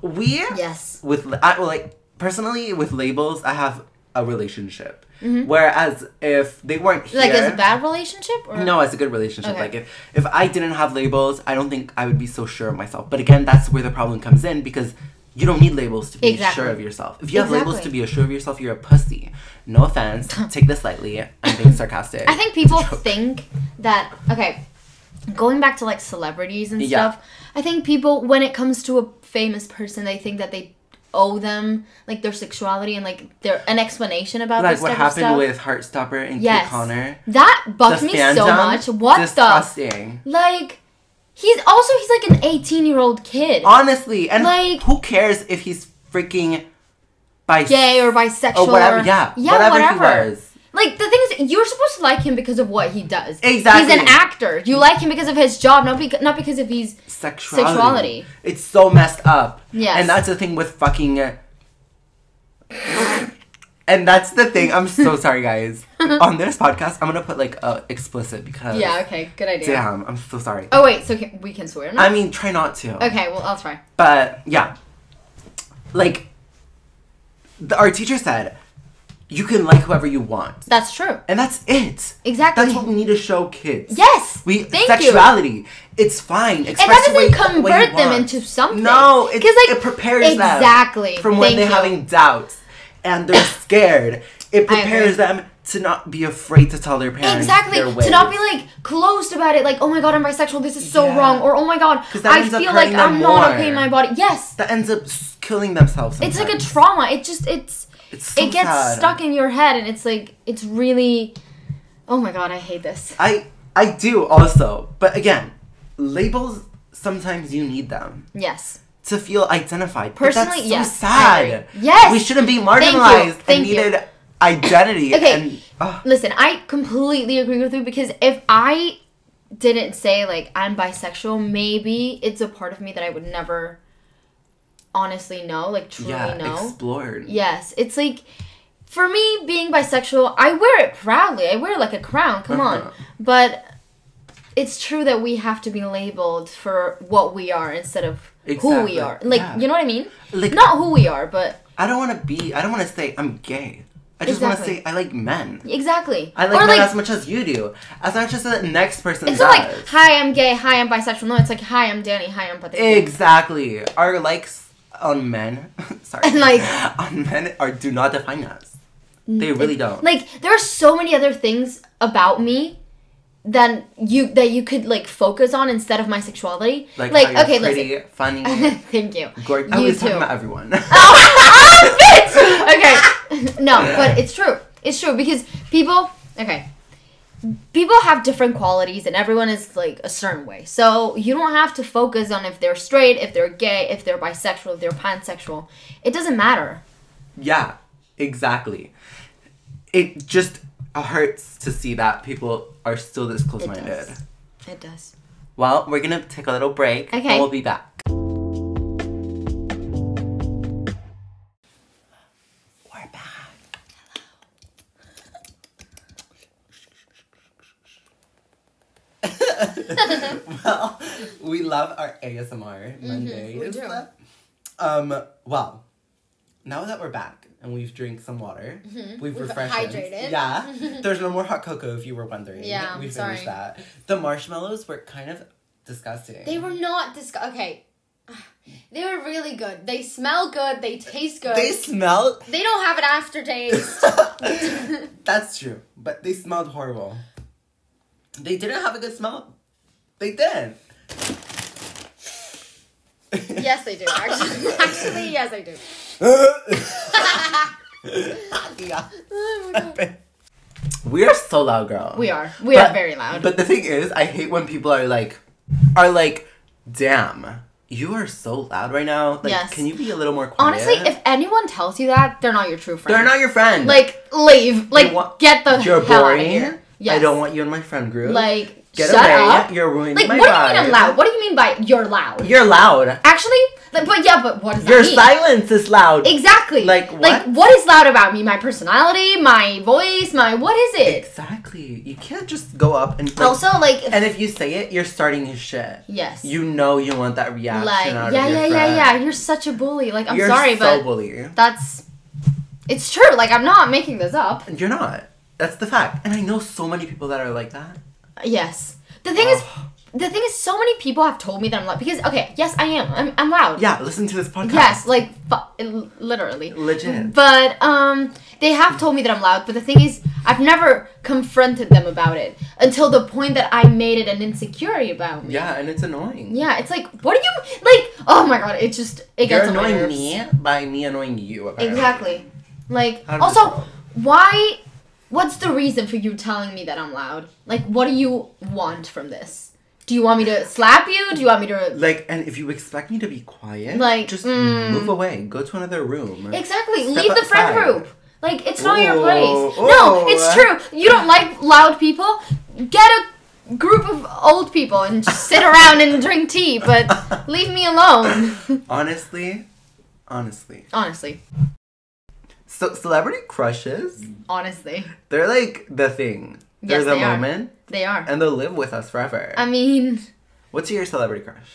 [SPEAKER 1] We
[SPEAKER 2] Yes.
[SPEAKER 1] with I, well, like personally with labels, I have a relationship. Whereas if they weren't here,
[SPEAKER 2] Mm-hmm. Like, as a bad relationship? Or?
[SPEAKER 1] No, it's a good relationship.
[SPEAKER 2] Okay.
[SPEAKER 1] Like if if I didn't have labels, I don't think I would be so sure of myself. But again, that's where the problem comes in because you don't need labels to be
[SPEAKER 2] Exactly.
[SPEAKER 1] sure of yourself. If you have labels to
[SPEAKER 2] Exactly.
[SPEAKER 1] be sure of yourself, you're a pussy. No
[SPEAKER 2] <laughs>
[SPEAKER 1] offense. Take this lightly. I'm being sarcastic.
[SPEAKER 2] I think people think that, okay, going back to like celebrities and
[SPEAKER 1] Yeah.
[SPEAKER 2] stuff, I think people, when it comes to a famous person, they think that they owe them like their sexuality and like their an explanation about
[SPEAKER 1] like
[SPEAKER 2] this
[SPEAKER 1] what
[SPEAKER 2] type
[SPEAKER 1] happened
[SPEAKER 2] of stuff.
[SPEAKER 1] with Heartstopper and
[SPEAKER 2] Yes.
[SPEAKER 1] Kate Connor.
[SPEAKER 2] that bugged me so much. What the?
[SPEAKER 1] disgusting.
[SPEAKER 2] Like, he's also, he's like an 18 year old kid.
[SPEAKER 1] Honestly, and
[SPEAKER 2] Like-
[SPEAKER 1] who cares if he's freaking by
[SPEAKER 2] gay or bisexual
[SPEAKER 1] or Oh, whatever?
[SPEAKER 2] or-
[SPEAKER 1] Yeah,
[SPEAKER 2] yeah
[SPEAKER 1] whatever,
[SPEAKER 2] whatever,
[SPEAKER 1] he was.
[SPEAKER 2] Like the thing is, you're supposed to like him because of what he does.
[SPEAKER 1] Exactly.
[SPEAKER 2] He's an actor. You like him because of his job, not because not because of he's.
[SPEAKER 1] sexuality.
[SPEAKER 2] Sexuality.
[SPEAKER 1] It's so messed up.
[SPEAKER 2] Yes.
[SPEAKER 1] And that's the thing with fucking. uh, and that's the thing. I'm
[SPEAKER 2] <laughs>
[SPEAKER 1] so sorry, guys. On this podcast, I'm gonna put like uh, explicit because.
[SPEAKER 2] Yeah. Okay. Good idea.
[SPEAKER 1] Damn, I'm so sorry.
[SPEAKER 2] Oh wait. So can, we can swear now.
[SPEAKER 1] I mean, try not to.
[SPEAKER 2] okay. Well, I'll try.
[SPEAKER 1] But yeah, like, the, our teacher said, you can like whoever you want,
[SPEAKER 2] That's true.
[SPEAKER 1] and that's it.
[SPEAKER 2] Exactly.
[SPEAKER 1] That's what we need to show kids.
[SPEAKER 2] yes.
[SPEAKER 1] We
[SPEAKER 2] Thank you.
[SPEAKER 1] sexuality. It's fine.
[SPEAKER 2] And that doesn't convert them into something.
[SPEAKER 1] No, it,
[SPEAKER 2] 'Cause,
[SPEAKER 1] it prepares them
[SPEAKER 2] exactly
[SPEAKER 1] from when they're
[SPEAKER 2] Thank you.
[SPEAKER 1] having doubts and
[SPEAKER 2] <coughs>
[SPEAKER 1] they're scared. It
[SPEAKER 2] I agree.
[SPEAKER 1] prepares them to not be afraid to tell their parents
[SPEAKER 2] Exactly.
[SPEAKER 1] their ways.
[SPEAKER 2] To not be like closed about it, like, oh my god, I'm bisexual, this is so
[SPEAKER 1] Yeah.
[SPEAKER 2] wrong, or oh my god,
[SPEAKER 1] 'Cause that
[SPEAKER 2] I
[SPEAKER 1] ends up
[SPEAKER 2] feel like
[SPEAKER 1] hurting them
[SPEAKER 2] I'm not
[SPEAKER 1] more.
[SPEAKER 2] okay in my body. Yes.
[SPEAKER 1] that ends up s- killing themselves.
[SPEAKER 2] it's like a
[SPEAKER 1] sometimes.
[SPEAKER 2] trauma. It just it's
[SPEAKER 1] It's so
[SPEAKER 2] it gets
[SPEAKER 1] sad.
[SPEAKER 2] stuck in your head and it's like it's really oh my god i hate this
[SPEAKER 1] I I do also, but again, labels sometimes you need them
[SPEAKER 2] yes
[SPEAKER 1] to feel identified. but
[SPEAKER 2] Personally,
[SPEAKER 1] that's so
[SPEAKER 2] yes, I
[SPEAKER 1] sad.
[SPEAKER 2] agree. Yes.
[SPEAKER 1] we shouldn't be
[SPEAKER 2] you,
[SPEAKER 1] marginalized and
[SPEAKER 2] thank you.
[SPEAKER 1] needed identity.
[SPEAKER 2] Okay.
[SPEAKER 1] and, oh, ugh.
[SPEAKER 2] listen i completely agree with you because if i didn't say like i'm bisexual maybe it's a part of me that i would never honestly know like truly
[SPEAKER 1] yeah,
[SPEAKER 2] know
[SPEAKER 1] explored.
[SPEAKER 2] yes it's like for me being bisexual i wear it proudly i wear like a crown come
[SPEAKER 1] Uh-huh.
[SPEAKER 2] on but it's true that we have to be labeled for what we are instead of who
[SPEAKER 1] Exactly,
[SPEAKER 2] we are like
[SPEAKER 1] yeah.
[SPEAKER 2] you know what i mean
[SPEAKER 1] Like-
[SPEAKER 2] not who we are but
[SPEAKER 1] I don't want to be. I don't want to say I'm gay. I just
[SPEAKER 2] Exactly.
[SPEAKER 1] want to say I like men.
[SPEAKER 2] exactly
[SPEAKER 1] I
[SPEAKER 2] or
[SPEAKER 1] like men
[SPEAKER 2] like
[SPEAKER 1] as much as you do. As much as the next person
[SPEAKER 2] it's
[SPEAKER 1] does.
[SPEAKER 2] not like hi i'm gay hi i'm bisexual no it's like hi i'm danny hi i'm patrick
[SPEAKER 1] exactly. Our likes on men. <laughs> sorry.
[SPEAKER 2] <laughs> Like-
[SPEAKER 1] on men are do not define us. They really don't.
[SPEAKER 2] like there are so many other things about me than you that you could like focus on instead of my sexuality
[SPEAKER 1] Like,
[SPEAKER 2] like,
[SPEAKER 1] how you're
[SPEAKER 2] okay
[SPEAKER 1] pretty, funny,
[SPEAKER 2] listen <laughs> thank you
[SPEAKER 1] gorgeous. I
[SPEAKER 2] you
[SPEAKER 1] was talking
[SPEAKER 2] too
[SPEAKER 1] about everyone.
[SPEAKER 2] <laughs>
[SPEAKER 1] <laughs>
[SPEAKER 2] Ah, bitch! Okay. <laughs> No, but it's true. It's true because people. Okay. People have different qualities, and everyone is like a certain way. So you don't have to focus on if they're straight, if they're gay, if they're bisexual, if they're pansexual. It doesn't matter.
[SPEAKER 1] yeah, exactly. It just hurts to see that people are still this close-minded.
[SPEAKER 2] does. It does.
[SPEAKER 1] Well, we're gonna take a little break.
[SPEAKER 2] Okay.
[SPEAKER 1] And we'll be back. We're back. <laughs> well, we love our ASMR Mondays.
[SPEAKER 3] Mm-hmm. we do.
[SPEAKER 1] Um, well, now that we're back and we've drank some water, we've,
[SPEAKER 3] Mm-hmm. We've
[SPEAKER 1] refreshed.
[SPEAKER 3] hydrated.
[SPEAKER 1] Yeah.
[SPEAKER 3] <laughs>
[SPEAKER 1] There's no more hot cocoa if you were wondering.
[SPEAKER 3] Yeah, I'm
[SPEAKER 1] we
[SPEAKER 3] sorry.
[SPEAKER 1] finished that. The marshmallows were kind of disgusting.
[SPEAKER 3] They were not disgusting. Okay, <sighs> They were really good. They smell good. They taste good.
[SPEAKER 1] They
[SPEAKER 3] They,
[SPEAKER 1] smelled.
[SPEAKER 3] don't have an aftertaste.
[SPEAKER 1] That's true, but they smelled horrible. They didn't have a good smell. They did.
[SPEAKER 3] yes, they do. Actually, <laughs> actually yes, I do.
[SPEAKER 1] <laughs>
[SPEAKER 2] <laughs>
[SPEAKER 1] yeah.
[SPEAKER 3] Oh my God.
[SPEAKER 1] We are so loud, girl.
[SPEAKER 2] We are. We
[SPEAKER 1] But-
[SPEAKER 2] are very loud.
[SPEAKER 1] But the thing is, I hate when people are like, are like, damn, you are so loud right now. Like,
[SPEAKER 2] Yes.
[SPEAKER 1] can you be a little more quiet?
[SPEAKER 2] Honestly, if anyone tells you that, they're not your true friend.
[SPEAKER 1] they're not your friend,
[SPEAKER 2] Like, leave. Like,
[SPEAKER 1] wa-
[SPEAKER 2] get the
[SPEAKER 1] you're
[SPEAKER 2] hell out of
[SPEAKER 1] boring.
[SPEAKER 2] here. Yes.
[SPEAKER 1] I don't want you in my friend group.
[SPEAKER 2] Like,
[SPEAKER 1] get
[SPEAKER 2] shut
[SPEAKER 1] away.
[SPEAKER 2] up.
[SPEAKER 1] You're ruining
[SPEAKER 2] Like,
[SPEAKER 1] my
[SPEAKER 2] what do you mean
[SPEAKER 1] vibe.
[SPEAKER 2] I'm loud? What do you mean by you're loud?
[SPEAKER 1] You're loud.
[SPEAKER 2] Actually, like, but yeah, but what does
[SPEAKER 1] Your
[SPEAKER 2] that mean?
[SPEAKER 1] silence is loud.
[SPEAKER 2] Exactly.
[SPEAKER 1] Like,
[SPEAKER 2] like
[SPEAKER 1] what?
[SPEAKER 2] what is loud about me? My personality, my voice, my what is it?
[SPEAKER 1] Exactly. You can't just go up and like,
[SPEAKER 2] also, like,
[SPEAKER 1] and if you say it, you're starting your shit.
[SPEAKER 2] yes,
[SPEAKER 1] You know you want that reaction
[SPEAKER 2] like, yeah,
[SPEAKER 1] out
[SPEAKER 2] yeah,
[SPEAKER 1] of your
[SPEAKER 2] yeah,
[SPEAKER 1] friend.
[SPEAKER 2] yeah. You're such a bully. Like, I'm
[SPEAKER 1] you're
[SPEAKER 2] sorry,
[SPEAKER 1] so
[SPEAKER 2] but
[SPEAKER 1] bully.
[SPEAKER 2] that's it's true. Like, I'm not making this up.
[SPEAKER 1] You're not. That's the fact. And I know so many people that are like that.
[SPEAKER 2] Yes. The thing is, the thing is, so many people have told me that I'm loud because okay, yes, I am. I'm, I'm loud.
[SPEAKER 1] Oh, Yeah, listen to this podcast.
[SPEAKER 2] Yes, like fu- literally.
[SPEAKER 1] Legit.
[SPEAKER 2] But um, they have told me that I'm loud. But the thing is, I've never confronted them about it until the point that I made it an insecurity about me.
[SPEAKER 1] Yeah, and it's annoying.
[SPEAKER 2] Yeah, it's like, what are you like? Oh my god, it just it
[SPEAKER 1] You're
[SPEAKER 2] gets on my
[SPEAKER 1] annoying
[SPEAKER 2] nerves.
[SPEAKER 1] me by me annoying you. Apparently.
[SPEAKER 2] Exactly. Like,
[SPEAKER 1] How does this
[SPEAKER 2] also,
[SPEAKER 1] go?
[SPEAKER 2] why? What's the reason for you telling me that I'm loud? Like, what do you want from this? Do you want me to slap you? Do you want me to?
[SPEAKER 1] Like, and if you expect me to be quiet,
[SPEAKER 2] Like,
[SPEAKER 1] just
[SPEAKER 2] mm.
[SPEAKER 1] move away. Go to another room.
[SPEAKER 2] Exactly.
[SPEAKER 1] Step
[SPEAKER 2] Leave the friend
[SPEAKER 1] outside.
[SPEAKER 2] group. Like, it's not your
[SPEAKER 1] Ooh,
[SPEAKER 2] place. No,
[SPEAKER 1] ooh.
[SPEAKER 2] it's true. You
[SPEAKER 1] <laughs>
[SPEAKER 2] don't like loud people. Get a group of old people and just sit around and drink
[SPEAKER 1] <laughs>
[SPEAKER 2] tea. But leave me alone. <laughs>
[SPEAKER 1] honestly, honestly.
[SPEAKER 2] honestly,
[SPEAKER 1] So celebrity crushes,
[SPEAKER 2] honestly,
[SPEAKER 1] they're like the thing.
[SPEAKER 2] Yes,
[SPEAKER 1] There's a
[SPEAKER 2] they are. Um,
[SPEAKER 1] moment,
[SPEAKER 2] they are.
[SPEAKER 1] and they'll live with us forever.
[SPEAKER 2] I mean.
[SPEAKER 1] What's your celebrity crush?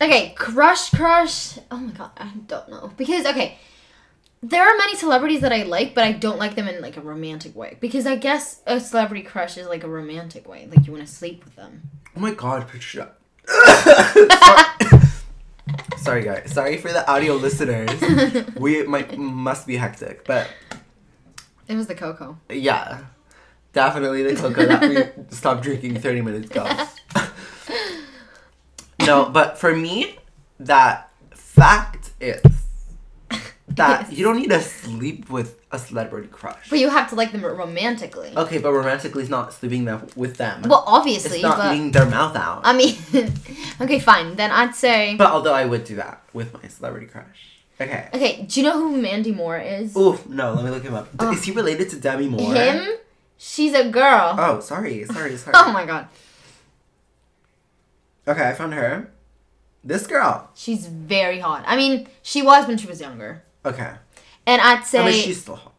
[SPEAKER 2] Okay, crush, crush. Oh my god, I don't know because okay, there are many celebrities that I like, but I don't like them in like a romantic way because I guess a celebrity crush is like a romantic way, like you want to sleep with them.
[SPEAKER 1] Oh my god, Patricia. Sorry. <laughs> Sorry, guys. Sorry for the audio
[SPEAKER 2] <laughs>
[SPEAKER 1] listeners. We might must be hectic, but
[SPEAKER 2] It was the cocoa.
[SPEAKER 1] yeah, definitely the cocoa that
[SPEAKER 2] <laughs>
[SPEAKER 1] we stopped drinking thirty minutes ago. <laughs> no, but for me, that fact is that you don't need to sleep with a celebrity crush.
[SPEAKER 2] But you have to like them romantically.
[SPEAKER 1] Okay, but romantically, is not sleeping them with them.
[SPEAKER 2] Well,
[SPEAKER 1] it's
[SPEAKER 2] obviously,
[SPEAKER 1] not
[SPEAKER 2] but
[SPEAKER 1] eating their mouth out.
[SPEAKER 2] I mean, <laughs> okay, fine. Then I'd say
[SPEAKER 1] But although I would do that with my celebrity crush. Okay.
[SPEAKER 2] okay. Do you know who Mandy Moore is?
[SPEAKER 1] Ooh, no, let me look him up. D- Is he related to Demi Moore?
[SPEAKER 2] Him? She's a girl.
[SPEAKER 1] Oh, sorry, sorry, sorry.
[SPEAKER 2] <laughs> oh my god,
[SPEAKER 1] Okay, I found her. This girl.
[SPEAKER 2] she's very hot. I mean, she was when she was younger,
[SPEAKER 1] Okay.
[SPEAKER 2] and I'd say
[SPEAKER 1] I mean, she's still hot.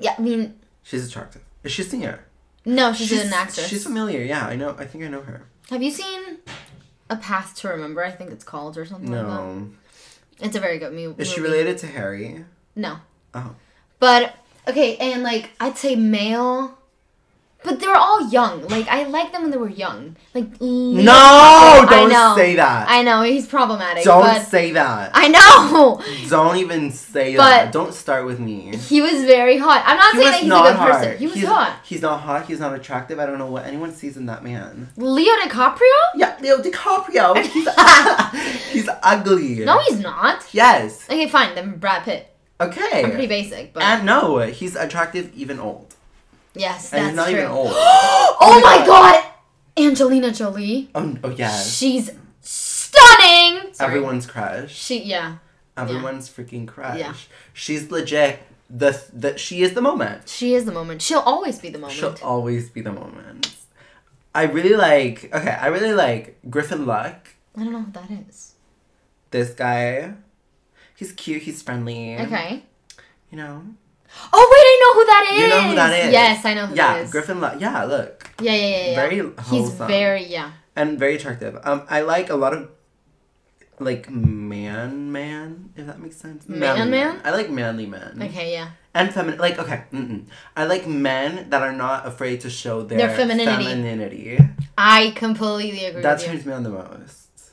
[SPEAKER 2] yeah. I mean.
[SPEAKER 1] She's attractive. Is she a singer?
[SPEAKER 2] No, she's, an actress.
[SPEAKER 1] She's familiar. Yeah, I know. I think I know her.
[SPEAKER 2] Have you seen A Path to Remember? I think it's called or something like
[SPEAKER 1] No.
[SPEAKER 2] that. It's a very good mu- movie.
[SPEAKER 1] Is she related to Harry?
[SPEAKER 2] No.
[SPEAKER 1] Oh.
[SPEAKER 2] But okay, and like I'd say male, but they're all young. Like I like them when they were young. Like li-
[SPEAKER 1] No!
[SPEAKER 2] I
[SPEAKER 1] Don't
[SPEAKER 2] know.
[SPEAKER 1] say that.
[SPEAKER 2] I know he's problematic.
[SPEAKER 1] don't
[SPEAKER 2] but
[SPEAKER 1] say that.
[SPEAKER 2] I know <laughs>
[SPEAKER 1] <laughs> don't even say
[SPEAKER 2] But-
[SPEAKER 1] that. Don't start with me.
[SPEAKER 2] he was very hot. I'm not
[SPEAKER 1] He
[SPEAKER 2] saying
[SPEAKER 1] was
[SPEAKER 2] that he's a
[SPEAKER 1] not
[SPEAKER 2] good
[SPEAKER 1] hot.
[SPEAKER 2] person. He was
[SPEAKER 1] he's,
[SPEAKER 2] hot.
[SPEAKER 1] He's not hot. He's not attractive. I don't know what anyone sees in that man.
[SPEAKER 2] Leo DiCaprio?
[SPEAKER 1] Yeah, Leo DiCaprio.
[SPEAKER 2] <laughs>
[SPEAKER 1] He's, <laughs> he's ugly.
[SPEAKER 2] No, he's not.
[SPEAKER 1] Yes.
[SPEAKER 2] Okay, fine. Then Brad Pitt. I'm pretty
[SPEAKER 1] Okay.
[SPEAKER 2] basic, but
[SPEAKER 1] And no, he's attractive even old.
[SPEAKER 2] yes,
[SPEAKER 1] And
[SPEAKER 2] that's
[SPEAKER 1] he's not
[SPEAKER 2] true.
[SPEAKER 1] even old.
[SPEAKER 2] <gasps> Oh my god! Angelina Jolie.
[SPEAKER 1] Oh, oh yes.
[SPEAKER 2] She's stunning! Sorry.
[SPEAKER 1] Everyone's crush.
[SPEAKER 2] She, yeah.
[SPEAKER 1] Everyone's freaking crush.
[SPEAKER 2] Yeah.
[SPEAKER 1] She's legit. The, the she is the moment.
[SPEAKER 2] She is the moment. She'll always be the moment.
[SPEAKER 1] She'll always be the moment. I really like. Okay, I really like Griffin Luck.
[SPEAKER 2] I don't know what that is.
[SPEAKER 1] This guy. He's cute. He's friendly.
[SPEAKER 2] Okay.
[SPEAKER 1] You know.
[SPEAKER 2] Oh, wait, I know who that is!
[SPEAKER 1] You know who that is.
[SPEAKER 2] Yes, I know who
[SPEAKER 1] yeah,
[SPEAKER 2] that is.
[SPEAKER 1] Griffin Luck. Yeah, look.
[SPEAKER 2] Yeah, yeah, yeah, yeah.
[SPEAKER 1] Very
[SPEAKER 2] He's
[SPEAKER 1] wholesome.
[SPEAKER 2] very, yeah.
[SPEAKER 1] and very attractive. Um, I like a lot of like man, man, if that makes sense. Manly
[SPEAKER 2] man?
[SPEAKER 1] I like manly men
[SPEAKER 2] Okay, yeah.
[SPEAKER 1] and feminine. Like okay, mm-mm. I like men that are not afraid to show their,
[SPEAKER 2] Their femininity.
[SPEAKER 1] femininity.
[SPEAKER 2] I completely agree
[SPEAKER 1] That
[SPEAKER 2] with you.
[SPEAKER 1] turns me on the most.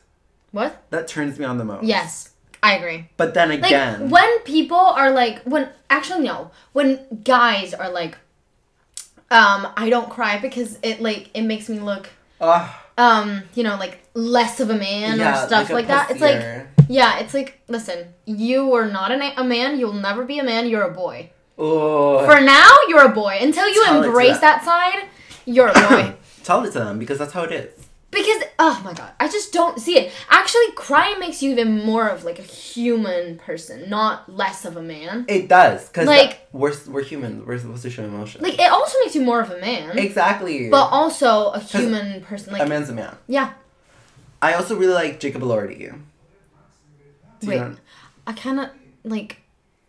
[SPEAKER 2] What?
[SPEAKER 1] That turns me on the most.
[SPEAKER 2] Yes, I agree.
[SPEAKER 1] But then
[SPEAKER 2] Like
[SPEAKER 1] again,
[SPEAKER 2] when people are like when actually no, when guys are like um I don't cry because it like it makes me look
[SPEAKER 1] Ugh,
[SPEAKER 2] um you know like less of a man
[SPEAKER 1] ah, yeah,
[SPEAKER 2] or stuff
[SPEAKER 1] a
[SPEAKER 2] like, that. It's like
[SPEAKER 1] pussier.
[SPEAKER 2] yeah, it's like listen, you are not an, a man, you'll never be a man, you're a boy.
[SPEAKER 1] oh, <clears throat>
[SPEAKER 2] For now, you're a boy. Until you
[SPEAKER 1] Tell it to
[SPEAKER 2] embrace that side, you're a boy.
[SPEAKER 1] <coughs> tell it to them because that's how it is.
[SPEAKER 2] Because oh my god, I just don't see it. Actually, crying makes you even more of like a human person, not less of a man.
[SPEAKER 1] It does because
[SPEAKER 2] Like-
[SPEAKER 1] we're we're humans. We're supposed to show emotion.
[SPEAKER 2] Like it also makes you more of a man,
[SPEAKER 1] exactly.
[SPEAKER 2] but also a human person. Like
[SPEAKER 1] a man's a man.
[SPEAKER 2] yeah,
[SPEAKER 1] I also really like Jacob Elordi. Do you
[SPEAKER 2] wait,
[SPEAKER 1] know-
[SPEAKER 2] I kind of like.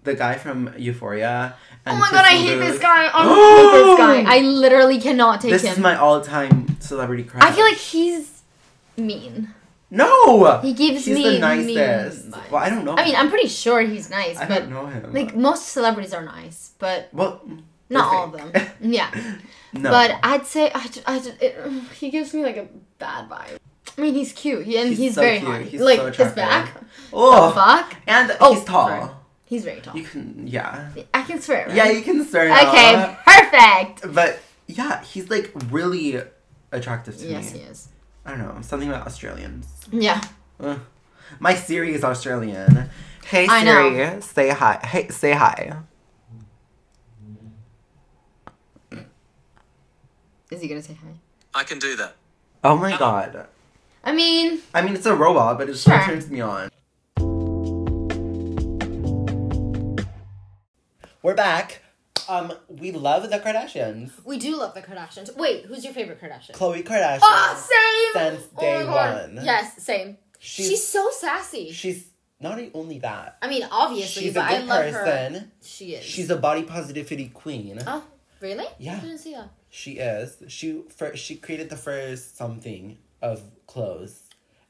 [SPEAKER 1] the guy from Euphoria.
[SPEAKER 2] Oh
[SPEAKER 1] and
[SPEAKER 2] my god, I
[SPEAKER 1] Kristen
[SPEAKER 2] hate
[SPEAKER 1] Bluth.
[SPEAKER 2] this guy. Oh, I hate
[SPEAKER 1] <gasps>
[SPEAKER 2] this guy. I literally cannot take
[SPEAKER 1] This
[SPEAKER 2] him.
[SPEAKER 1] is my all-time celebrity crush.
[SPEAKER 2] I feel like he's mean.
[SPEAKER 1] no.
[SPEAKER 2] He gives
[SPEAKER 1] He's
[SPEAKER 2] me
[SPEAKER 1] the nicest.
[SPEAKER 2] mean vibes.
[SPEAKER 1] well, I don't know.
[SPEAKER 2] I mean, I'm pretty sure he's nice,
[SPEAKER 1] I
[SPEAKER 2] but
[SPEAKER 1] don't know him.
[SPEAKER 2] like most celebrities are nice, but
[SPEAKER 1] well,
[SPEAKER 2] not all of
[SPEAKER 1] they're
[SPEAKER 2] them.
[SPEAKER 1] fake.
[SPEAKER 2] <laughs> Yeah.
[SPEAKER 1] <laughs> no.
[SPEAKER 2] But I'd say I, ju- I, ju- it, he gives me like a bad vibe. I mean, he's cute he- and
[SPEAKER 1] He's
[SPEAKER 2] he's,
[SPEAKER 1] so
[SPEAKER 2] very
[SPEAKER 1] cute.
[SPEAKER 2] hot.
[SPEAKER 1] He's
[SPEAKER 2] like
[SPEAKER 1] so
[SPEAKER 2] his
[SPEAKER 1] attractive.
[SPEAKER 2] back,
[SPEAKER 1] oh,
[SPEAKER 2] fuck.
[SPEAKER 1] and
[SPEAKER 2] Oh,
[SPEAKER 1] he's tall.
[SPEAKER 2] sorry. He's very tall.
[SPEAKER 1] You can, yeah,
[SPEAKER 2] I can swear. Right?
[SPEAKER 1] yeah, you can swear. Uh-huh.
[SPEAKER 2] Okay.
[SPEAKER 1] now.
[SPEAKER 2] Perfect.
[SPEAKER 1] But yeah, he's like really attractive to
[SPEAKER 2] Yes,
[SPEAKER 1] me.
[SPEAKER 2] he is.
[SPEAKER 1] I don't know something about Australians.
[SPEAKER 2] Yeah.
[SPEAKER 1] Ugh. My Siri is Australian. Hey
[SPEAKER 2] I
[SPEAKER 1] Siri, say hi. Hey, say hi.
[SPEAKER 2] Is he gonna say hi?
[SPEAKER 4] I can do that.
[SPEAKER 1] Oh my god.
[SPEAKER 2] I mean,
[SPEAKER 1] I mean, it's a robot, but it still
[SPEAKER 2] Sure.
[SPEAKER 1] turns me on. We're back. Um, we love the Kardashians.
[SPEAKER 3] We do love the Kardashians. Wait, who's your favorite Kardashian?
[SPEAKER 1] Khloe Kardashian.
[SPEAKER 3] Oh, same.
[SPEAKER 1] Since
[SPEAKER 3] Oh my
[SPEAKER 1] day
[SPEAKER 3] God.
[SPEAKER 1] one.
[SPEAKER 3] Yes, same.
[SPEAKER 1] She's-
[SPEAKER 3] She's, so sassy.
[SPEAKER 1] She's not only that.
[SPEAKER 3] I mean, obviously,
[SPEAKER 1] She's a
[SPEAKER 3] but I
[SPEAKER 1] good
[SPEAKER 3] love
[SPEAKER 1] person.
[SPEAKER 3] her. She is.
[SPEAKER 1] She's a body positivity queen.
[SPEAKER 3] oh, really?
[SPEAKER 1] Yeah.
[SPEAKER 3] I didn't see that.
[SPEAKER 1] She is. She first. She created the first something of clothes,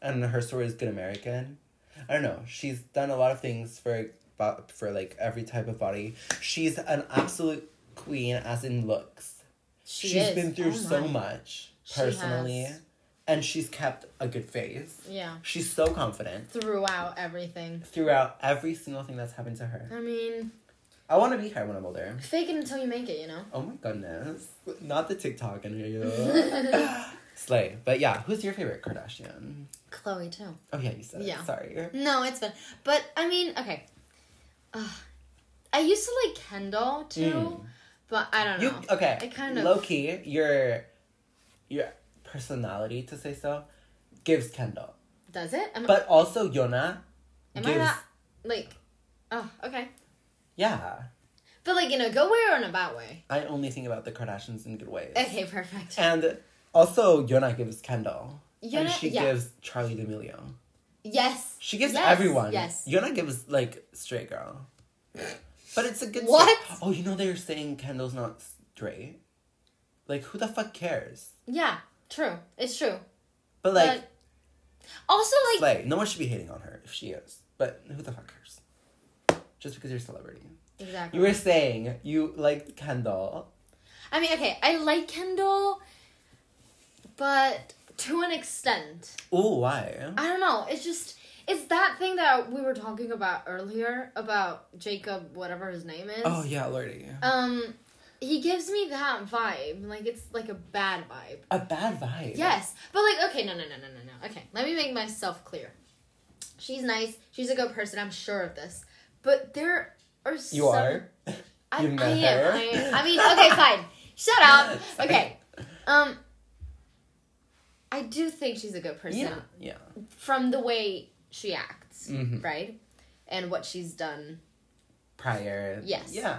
[SPEAKER 1] and her story is Good American. I don't know. She's done a lot of things for bo- for like every type of body. She's an absolute queen, as in looks.
[SPEAKER 3] She
[SPEAKER 1] She's
[SPEAKER 3] is.
[SPEAKER 1] been through
[SPEAKER 3] Oh
[SPEAKER 1] so
[SPEAKER 3] my.
[SPEAKER 1] much
[SPEAKER 3] She
[SPEAKER 1] personally,
[SPEAKER 3] has.
[SPEAKER 1] and she's kept a good face.
[SPEAKER 3] Yeah.
[SPEAKER 1] She's so confident
[SPEAKER 3] Throughout everything.
[SPEAKER 1] throughout every single thing that's happened to her.
[SPEAKER 3] I mean,
[SPEAKER 1] I want to be her when I'm older.
[SPEAKER 3] fake it until you make it, you know?
[SPEAKER 1] Oh my goodness. Not the TikTok
[SPEAKER 3] <laughs>
[SPEAKER 1] in you. <laughs> Slay. But yeah, who's your favorite Kardashian?
[SPEAKER 3] Chloe, too.
[SPEAKER 1] Oh yeah, you said it.
[SPEAKER 3] Yeah.
[SPEAKER 1] Sorry.
[SPEAKER 3] No, it's fun. But, I mean, okay. Ugh. I used to like Kendall, too,
[SPEAKER 1] Mm.
[SPEAKER 3] but I don't know.
[SPEAKER 1] You uh, okay.
[SPEAKER 3] I kind of-
[SPEAKER 1] low key, your your personality to say so gives Kendall.
[SPEAKER 3] Does it? Am,
[SPEAKER 1] But also Yona
[SPEAKER 3] am
[SPEAKER 1] gives
[SPEAKER 3] I not, like, oh, okay.
[SPEAKER 1] Yeah.
[SPEAKER 3] But, like, in a good way or in a bad way?
[SPEAKER 1] I only think about the Kardashians in good ways.
[SPEAKER 3] Okay, perfect.
[SPEAKER 1] And also Yona gives Kendall. and
[SPEAKER 3] Yona-
[SPEAKER 1] she
[SPEAKER 3] yeah.
[SPEAKER 1] gives Charlie D'Amelio.
[SPEAKER 3] Yes.
[SPEAKER 1] She gives
[SPEAKER 3] Yes,
[SPEAKER 1] everyone.
[SPEAKER 3] Yes.
[SPEAKER 1] Yona gives like straight girl. But it's a good.
[SPEAKER 3] What?
[SPEAKER 1] Oh, you know they're saying Kendall's not straight. Like who the fuck cares?
[SPEAKER 3] Yeah, true. It's true.
[SPEAKER 1] But like,
[SPEAKER 3] But also, like,
[SPEAKER 1] like no one should be hating on her if she is. But who the fuck cares? Just because you're a celebrity.
[SPEAKER 3] exactly.
[SPEAKER 1] You were saying you liked Kendall.
[SPEAKER 3] I mean, okay, I like Kendall, but to an extent.
[SPEAKER 1] Ooh, why?
[SPEAKER 3] I don't know. It's just it's that thing that we were talking about earlier about Jacob, whatever his name is.
[SPEAKER 1] Oh yeah, Lordy.
[SPEAKER 3] Um, he gives me that vibe. Like it's like a bad vibe.
[SPEAKER 1] A bad vibe.
[SPEAKER 3] Yes, but like okay, no, no, no, no, no, no. Okay, let me make myself clear. She's nice. She's a good person. I'm sure of this. But there are
[SPEAKER 1] You
[SPEAKER 3] some-
[SPEAKER 1] are.
[SPEAKER 3] I,
[SPEAKER 1] You've met
[SPEAKER 3] I am.
[SPEAKER 1] her.
[SPEAKER 3] I am. I mean, okay, fine. Shut up.
[SPEAKER 1] <laughs> Sorry.
[SPEAKER 3] Okay. Um, I do think she's a good person
[SPEAKER 1] Yeah. Yeah.
[SPEAKER 3] from the way she acts,
[SPEAKER 1] Mhm.
[SPEAKER 3] right? And what she's done.
[SPEAKER 1] Prior.
[SPEAKER 3] Yes.
[SPEAKER 1] Yeah.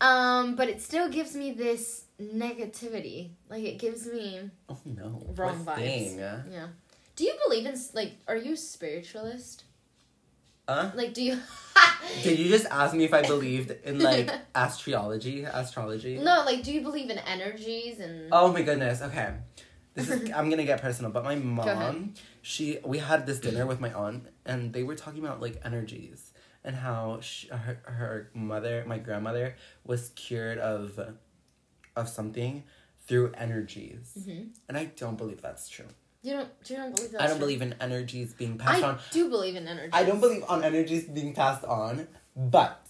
[SPEAKER 3] Um, but it still gives me this negativity. Like it gives me
[SPEAKER 1] Oh no.
[SPEAKER 3] wrong
[SPEAKER 1] What
[SPEAKER 3] vibes.
[SPEAKER 1] thing?
[SPEAKER 3] Yeah. Do you believe in s- like? Are you a spiritualist?
[SPEAKER 1] Huh?
[SPEAKER 3] Like, do
[SPEAKER 1] <laughs>
[SPEAKER 3] you?
[SPEAKER 1] Did you just ask me if I believed in like astrology? Astrology?
[SPEAKER 3] <laughs> no, like, do you believe in energies and?
[SPEAKER 1] Oh my goodness. Okay. This
[SPEAKER 3] <laughs>
[SPEAKER 1] is I'm gonna get personal, but my mom,
[SPEAKER 3] ahead.
[SPEAKER 1] she we had this dinner with my aunt, and they were talking about like energies and how she, her her mother, my grandmother, was cured
[SPEAKER 3] Mm-hmm.
[SPEAKER 1] of of something through energies, and I don't believe that's true.
[SPEAKER 3] You don't. You don't believe that?
[SPEAKER 1] I don't believe in energies being
[SPEAKER 3] I
[SPEAKER 1] passed on.
[SPEAKER 3] do believe in energy.
[SPEAKER 1] I don't believe on energies being passed on, but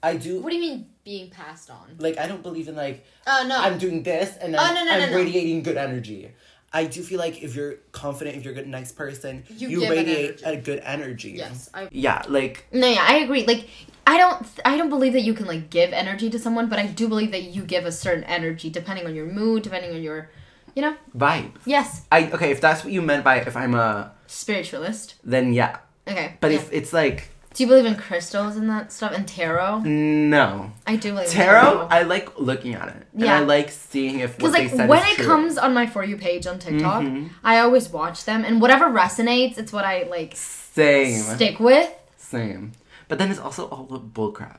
[SPEAKER 1] I do.
[SPEAKER 3] What do you mean being passed on?
[SPEAKER 1] like I don't believe in like
[SPEAKER 3] Oh no.
[SPEAKER 1] I'm doing this and
[SPEAKER 3] Oh,
[SPEAKER 1] I'm,
[SPEAKER 3] no, no,
[SPEAKER 1] I'm
[SPEAKER 3] no, no.
[SPEAKER 1] radiating good energy. I do feel like if you're confident, if you're a good, nice person,
[SPEAKER 3] You
[SPEAKER 1] you,
[SPEAKER 3] give an
[SPEAKER 1] radiate
[SPEAKER 3] energy.
[SPEAKER 1] a good energy.
[SPEAKER 3] yes. I.
[SPEAKER 1] Yeah, like
[SPEAKER 2] No, yeah, I agree. Like, I don't, I don't believe that you can like give energy to someone, but I do believe that you give a certain energy depending on your mood, depending on your, you know,
[SPEAKER 1] vibe.
[SPEAKER 2] yes,
[SPEAKER 1] I okay, if that's what you meant by if I'm a
[SPEAKER 2] spiritualist.
[SPEAKER 1] then yeah.
[SPEAKER 2] Okay,
[SPEAKER 1] But
[SPEAKER 2] yeah.
[SPEAKER 1] if it's like
[SPEAKER 2] do you believe in crystals and that stuff and tarot?
[SPEAKER 1] no.
[SPEAKER 2] I do believe in
[SPEAKER 1] Tarot, I like looking at it. And I
[SPEAKER 2] Yeah.
[SPEAKER 1] like seeing if what
[SPEAKER 2] Because like
[SPEAKER 1] they said
[SPEAKER 2] when
[SPEAKER 1] is
[SPEAKER 2] it
[SPEAKER 1] true.
[SPEAKER 2] comes on my for you page on
[SPEAKER 1] Mm-hmm.
[SPEAKER 2] TikTok, I always watch them, and whatever resonates, it's what I like
[SPEAKER 1] same.
[SPEAKER 2] stick with.
[SPEAKER 1] Same. But then it's also all bullcrap.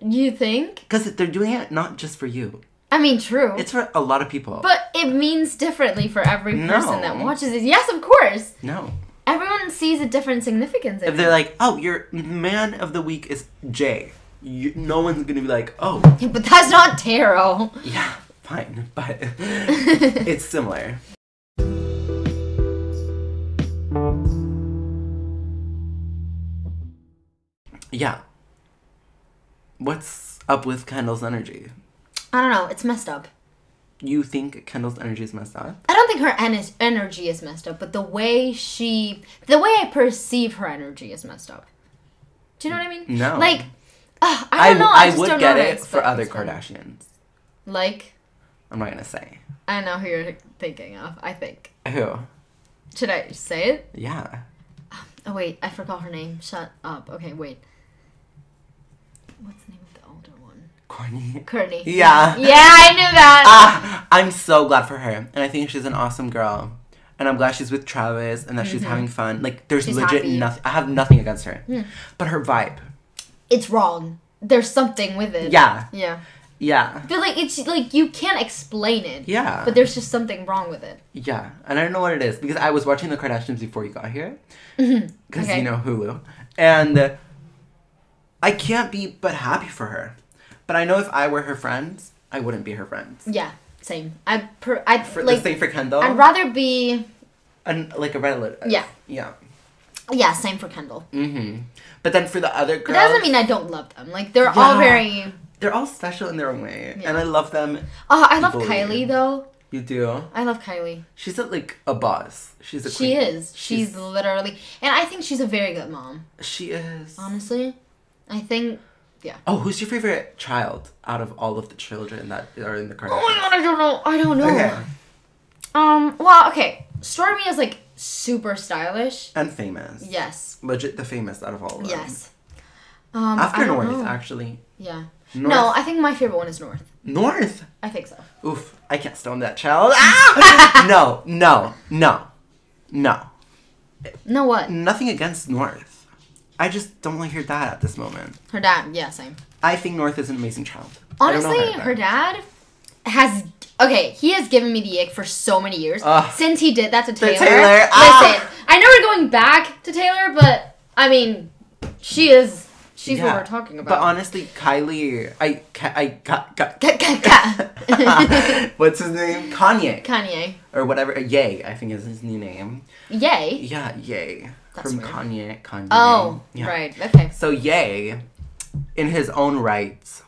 [SPEAKER 2] You think?
[SPEAKER 1] Because they're doing it not just for you.
[SPEAKER 2] I mean, true.
[SPEAKER 1] It's for a lot of people.
[SPEAKER 2] but it means differently for every
[SPEAKER 1] No.
[SPEAKER 2] person that watches it. Yes, of course.
[SPEAKER 1] no.
[SPEAKER 2] Everyone sees a different significance. In
[SPEAKER 1] If
[SPEAKER 2] it.
[SPEAKER 1] they're like, oh, your man of the week is Jay, you, no one's gonna be like, oh,
[SPEAKER 2] But that's not tarot.
[SPEAKER 1] yeah, fine, <laughs>
[SPEAKER 2] <laughs>
[SPEAKER 1] but it's similar. Yeah. What's up with Kendall's energy?
[SPEAKER 2] I don't know. It's messed up.
[SPEAKER 1] You think Kendall's energy is messed up?
[SPEAKER 2] I don't think her en- energy is messed up, but the way she, the way I perceive her energy is messed up. Do you know what I mean?
[SPEAKER 1] No.
[SPEAKER 2] Like, ugh, I don't know. I, just
[SPEAKER 1] would
[SPEAKER 2] don't
[SPEAKER 1] get
[SPEAKER 2] know how to
[SPEAKER 1] it for
[SPEAKER 2] explain
[SPEAKER 1] other
[SPEAKER 2] this one.
[SPEAKER 1] Kardashians.
[SPEAKER 2] Like,
[SPEAKER 1] I'm not gonna say.
[SPEAKER 2] I know who you're thinking of. I think.
[SPEAKER 1] Who?
[SPEAKER 2] Should I say it?
[SPEAKER 1] Yeah.
[SPEAKER 2] Oh wait, I forgot her name. Shut up. Okay, wait. What's the name of the older one?
[SPEAKER 1] Courtney.
[SPEAKER 2] Courtney.
[SPEAKER 1] Yeah.
[SPEAKER 2] Yeah, I knew that.
[SPEAKER 1] Ah, <laughs> I'm so glad for her, and I think she's an awesome girl, and I'm glad she's with Travis and that she's having fun. Like, there's
[SPEAKER 2] Mm-hmm. She's
[SPEAKER 1] legit
[SPEAKER 2] happy. Mm.
[SPEAKER 1] nothing. I have nothing against her, but her vibe.
[SPEAKER 2] it's wrong. There's something with it.
[SPEAKER 1] Yeah,
[SPEAKER 2] Yeah.
[SPEAKER 1] yeah,
[SPEAKER 2] But like it's like you can't explain it.
[SPEAKER 1] yeah,
[SPEAKER 2] But there's just something wrong with it.
[SPEAKER 1] yeah. And I don't know what it is because I was watching the Kardashians before you got here, because
[SPEAKER 2] Mm-hmm. Okay.
[SPEAKER 1] you know Hulu, and I can't be but happy for her. But I know if I were her friends, I wouldn't be her friends.
[SPEAKER 2] Yeah. Same. I per I
[SPEAKER 1] For the
[SPEAKER 2] like
[SPEAKER 1] same for Kendall,
[SPEAKER 2] I'd rather be
[SPEAKER 1] and like a relative.
[SPEAKER 2] Yeah.
[SPEAKER 1] yeah.
[SPEAKER 2] yeah, same for Kendall.
[SPEAKER 1] Mm-hmm. But then for the other
[SPEAKER 2] But
[SPEAKER 1] girls,
[SPEAKER 2] that doesn't mean I don't love them. Like they're all
[SPEAKER 1] Yeah.
[SPEAKER 2] very
[SPEAKER 1] they're all special in their own way,
[SPEAKER 2] Yeah.
[SPEAKER 1] and I love them.
[SPEAKER 2] Oh, I love
[SPEAKER 1] People-
[SPEAKER 2] Kylie though.
[SPEAKER 1] You do.
[SPEAKER 2] I love Kylie.
[SPEAKER 1] She's a, like a boss. She's a
[SPEAKER 2] She
[SPEAKER 1] queen.
[SPEAKER 2] is. She's, literally and I think she's a very good mom,
[SPEAKER 1] She is.
[SPEAKER 2] honestly. I think
[SPEAKER 1] oh, who's your favorite child out of all of the children that are in the Kardashians?
[SPEAKER 2] Oh my god, I don't know. I don't know.
[SPEAKER 1] Okay,
[SPEAKER 2] Um, well, okay. Stormy is like super stylish.
[SPEAKER 1] and famous.
[SPEAKER 2] Yes.
[SPEAKER 1] Legit, the famous out of all of them.
[SPEAKER 2] Yes. Um, I
[SPEAKER 1] After
[SPEAKER 2] don't
[SPEAKER 1] North,
[SPEAKER 2] know.
[SPEAKER 1] actually.
[SPEAKER 2] Yeah.
[SPEAKER 1] North.
[SPEAKER 2] No, I think my favorite one is North.
[SPEAKER 1] North.
[SPEAKER 2] I think so.
[SPEAKER 1] Oof, I can't stand that
[SPEAKER 2] <laughs>
[SPEAKER 1] child. Ah! no, no, no, no.
[SPEAKER 2] No, what?
[SPEAKER 1] Nothing against North. I just don't want to hear that at this moment.
[SPEAKER 2] Her dad. Yeah, same.
[SPEAKER 1] I think North is an amazing child. I don't know
[SPEAKER 2] Honestly,
[SPEAKER 1] about
[SPEAKER 2] her dad has. Okay, he has given me the ick for so many years
[SPEAKER 1] Ugh.
[SPEAKER 2] since he did that to Taylor.
[SPEAKER 1] Taylor,
[SPEAKER 2] Listen,
[SPEAKER 1] ah.
[SPEAKER 2] I know we're going back to Taylor, but I mean, she is. She's what
[SPEAKER 1] Yeah,
[SPEAKER 2] we're talking
[SPEAKER 1] But
[SPEAKER 2] about.
[SPEAKER 1] honestly, Kylie, I, Ka- I, Ka- Ka- <laughs> what's his name? Kanye
[SPEAKER 2] Kanye.
[SPEAKER 1] or whatever. Yay, I think is his new name.
[SPEAKER 2] Yay.
[SPEAKER 1] Yeah, Yay
[SPEAKER 2] That's
[SPEAKER 1] from
[SPEAKER 2] weird.
[SPEAKER 1] Kanye. Kanye.
[SPEAKER 2] Oh,
[SPEAKER 1] Yeah.
[SPEAKER 2] right. Okay.
[SPEAKER 1] So Yay, in his own rights,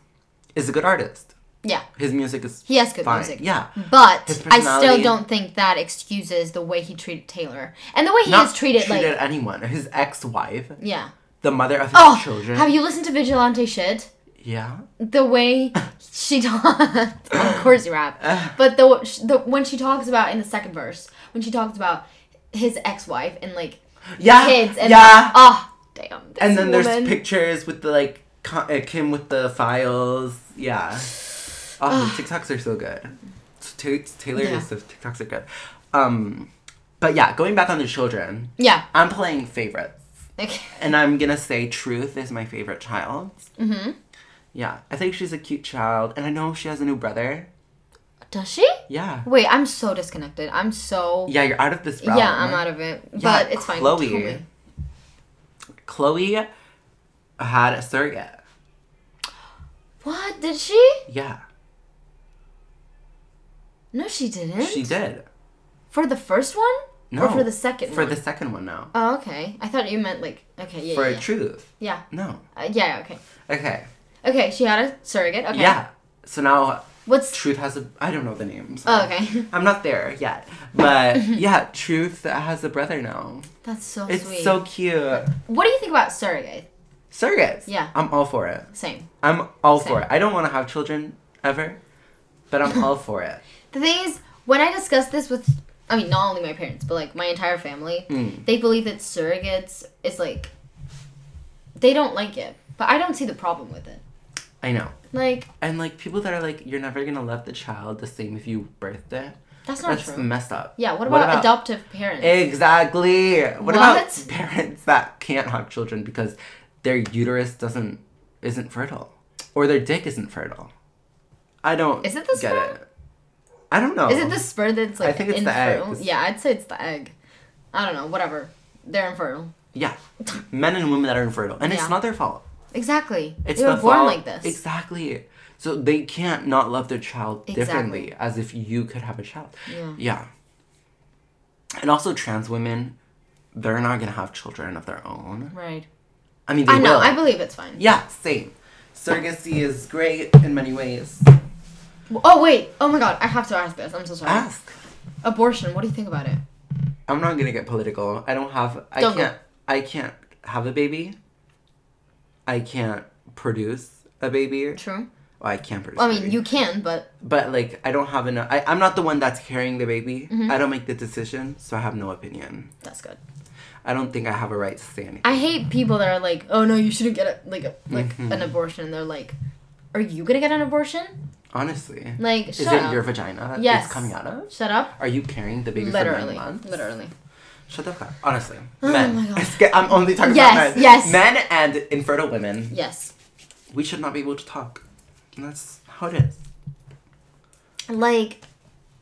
[SPEAKER 1] is a good artist.
[SPEAKER 2] Yeah.
[SPEAKER 1] His music is
[SPEAKER 2] He has good
[SPEAKER 1] fine.
[SPEAKER 2] music.
[SPEAKER 1] Yeah,
[SPEAKER 2] But
[SPEAKER 1] His
[SPEAKER 2] I still
[SPEAKER 1] personality-
[SPEAKER 2] don't think that excuses the way he treated Taylor and the way he
[SPEAKER 1] not
[SPEAKER 2] is treated, like
[SPEAKER 1] anyone. His ex-wife,
[SPEAKER 2] yeah.
[SPEAKER 1] the mother of his
[SPEAKER 2] Oh,
[SPEAKER 1] children.
[SPEAKER 2] have you listened to Vigilante Shit?
[SPEAKER 1] yeah, <laughs>
[SPEAKER 2] The way she talks, of course you
[SPEAKER 1] <sighs>
[SPEAKER 2] have, but the, the when she talks about in the second verse when she talks about his ex-wife and like
[SPEAKER 1] yeah,
[SPEAKER 2] kids and
[SPEAKER 1] Ah, yeah.
[SPEAKER 2] oh damn. This
[SPEAKER 1] and then
[SPEAKER 2] woman.
[SPEAKER 1] there's pictures with the like con- uh, Kim with the files. Yeah. Oh, the TikToks are so good. Ta- Taylor
[SPEAKER 2] Yeah.
[SPEAKER 1] is so TikToks are good. Um, but yeah, going back on the children,
[SPEAKER 2] yeah.
[SPEAKER 1] I'm playing favorites,
[SPEAKER 2] Okay.
[SPEAKER 1] and I'm gonna say Truth is my favorite child. Mm-hmm. Yeah, I think she's a cute child, and I know she has a new brother.
[SPEAKER 2] Does she?
[SPEAKER 1] Yeah.
[SPEAKER 2] Wait, I'm so disconnected. I'm so
[SPEAKER 1] Yeah, you're out of this realm.
[SPEAKER 2] yeah. I'm out of it,
[SPEAKER 1] Yeah,
[SPEAKER 2] but it's fine.
[SPEAKER 1] Chloe.
[SPEAKER 2] Tell me.
[SPEAKER 1] Chloe had a surrogate.
[SPEAKER 2] What did she?
[SPEAKER 1] Yeah,
[SPEAKER 2] No, she didn't.
[SPEAKER 1] she did.
[SPEAKER 2] For the first one? or for the second
[SPEAKER 1] for
[SPEAKER 2] one?
[SPEAKER 1] the second one now.
[SPEAKER 2] Oh, okay. I thought you meant like okay, yeah,
[SPEAKER 1] for
[SPEAKER 2] yeah, yeah.
[SPEAKER 1] truth.
[SPEAKER 2] yeah.
[SPEAKER 1] No.
[SPEAKER 2] Uh, yeah, okay,
[SPEAKER 1] Okay.
[SPEAKER 2] okay. She had a surrogate. Okay,
[SPEAKER 1] Yeah. So now
[SPEAKER 2] What's
[SPEAKER 1] truth has a I don't know the names.
[SPEAKER 2] oh, okay?
[SPEAKER 1] <laughs> I'm not there yet.
[SPEAKER 2] <laughs>
[SPEAKER 1] But yeah, truth has a brother now.
[SPEAKER 2] That's so
[SPEAKER 1] It's
[SPEAKER 2] Oh, sweet.
[SPEAKER 1] so cute.
[SPEAKER 2] What do you think about surrogate?
[SPEAKER 1] Surrogates.
[SPEAKER 2] Yeah.
[SPEAKER 1] I'm all for it.
[SPEAKER 2] Same.
[SPEAKER 1] I'm all for
[SPEAKER 2] Same.
[SPEAKER 1] it. I don't want to have children ever, but
[SPEAKER 2] <laughs>
[SPEAKER 1] I'm all for it.
[SPEAKER 2] The thing is, when I discussed this with, I mean, not only my parents, but like my entire family,
[SPEAKER 1] Mm.
[SPEAKER 2] they believe that surrogates is like, they don't like it, but I don't see the problem with it.
[SPEAKER 1] I know.
[SPEAKER 2] Like,
[SPEAKER 1] And like people that are like, you're never gonna love the child the same if you birthed it.
[SPEAKER 2] that's not
[SPEAKER 1] That's
[SPEAKER 2] true.
[SPEAKER 1] messed up.
[SPEAKER 2] yeah, what about,
[SPEAKER 1] What about-
[SPEAKER 2] adoptive parents?
[SPEAKER 1] Exactly. What,
[SPEAKER 2] What?
[SPEAKER 1] about parents that can't have children because their uterus doesn't isn't fertile or their dick isn't fertile? I don't.
[SPEAKER 2] Is it the
[SPEAKER 1] get
[SPEAKER 2] sperm?
[SPEAKER 1] it? I don't know.
[SPEAKER 2] Is it the spur that's like
[SPEAKER 1] Oh. think it's the
[SPEAKER 2] infertile?
[SPEAKER 1] eggs.
[SPEAKER 2] Yeah, I'd say it's the egg. I don't know, whatever. They're infertile.
[SPEAKER 1] Yeah, men and women that are infertile, and
[SPEAKER 2] Yeah.
[SPEAKER 1] it's not their fault.
[SPEAKER 2] Exactly.
[SPEAKER 1] It's
[SPEAKER 2] they were
[SPEAKER 1] the
[SPEAKER 2] born
[SPEAKER 1] fault-
[SPEAKER 2] like this.
[SPEAKER 1] Exactly. So they can't not love their child
[SPEAKER 2] Exactly.
[SPEAKER 1] differently as if you could have a child.
[SPEAKER 2] Yeah.
[SPEAKER 1] Yeah. And also trans women, they're not gonna have children of their own.
[SPEAKER 2] right.
[SPEAKER 1] I mean, they
[SPEAKER 2] I know.
[SPEAKER 1] will.
[SPEAKER 2] I believe it's fine.
[SPEAKER 1] Yeah, same. Surrogacy is great in many ways.
[SPEAKER 2] Oh wait. Oh my god. I have to ask this. I'm so sorry.
[SPEAKER 1] Ask.
[SPEAKER 2] Abortion. What do you think about it?
[SPEAKER 1] I'm not gonna get political. I don't have. I
[SPEAKER 2] Don't go.
[SPEAKER 1] can't. I can't have a baby. I can't produce a baby.
[SPEAKER 2] True.
[SPEAKER 1] Well, I can't produce.
[SPEAKER 2] Well,
[SPEAKER 1] a
[SPEAKER 2] I mean,
[SPEAKER 1] baby.
[SPEAKER 2] you can, but
[SPEAKER 1] But like, I don't have enough. I, I'm not the one that's carrying the baby.
[SPEAKER 2] Mm-hmm.
[SPEAKER 1] I don't make the decision, so I have no opinion.
[SPEAKER 2] that's good.
[SPEAKER 1] I don't think I have a right to say anything.
[SPEAKER 2] I hate people that are like, "Oh no, you shouldn't get a, like a, like
[SPEAKER 1] Mm-hmm.
[SPEAKER 2] an abortion." And they're like, "Are you gonna get an abortion?
[SPEAKER 1] Honestly,
[SPEAKER 2] Like,
[SPEAKER 1] is
[SPEAKER 2] shut
[SPEAKER 1] it
[SPEAKER 2] up.
[SPEAKER 1] your vagina that
[SPEAKER 2] Yes.
[SPEAKER 1] it's coming out of?
[SPEAKER 2] shut up."
[SPEAKER 1] Are you carrying the baby for nine
[SPEAKER 2] Literally,
[SPEAKER 1] months?
[SPEAKER 2] literally.
[SPEAKER 1] Shut the fuck. up. Honestly,
[SPEAKER 2] Oh
[SPEAKER 1] men.
[SPEAKER 2] my
[SPEAKER 1] <laughs>
[SPEAKER 2] God.
[SPEAKER 1] It's- I'm only talking
[SPEAKER 2] Yes,
[SPEAKER 1] about men.
[SPEAKER 2] yes.
[SPEAKER 1] Men and infertile women.
[SPEAKER 2] Yes.
[SPEAKER 1] We should not be able to talk. And that's how it is.
[SPEAKER 2] Like,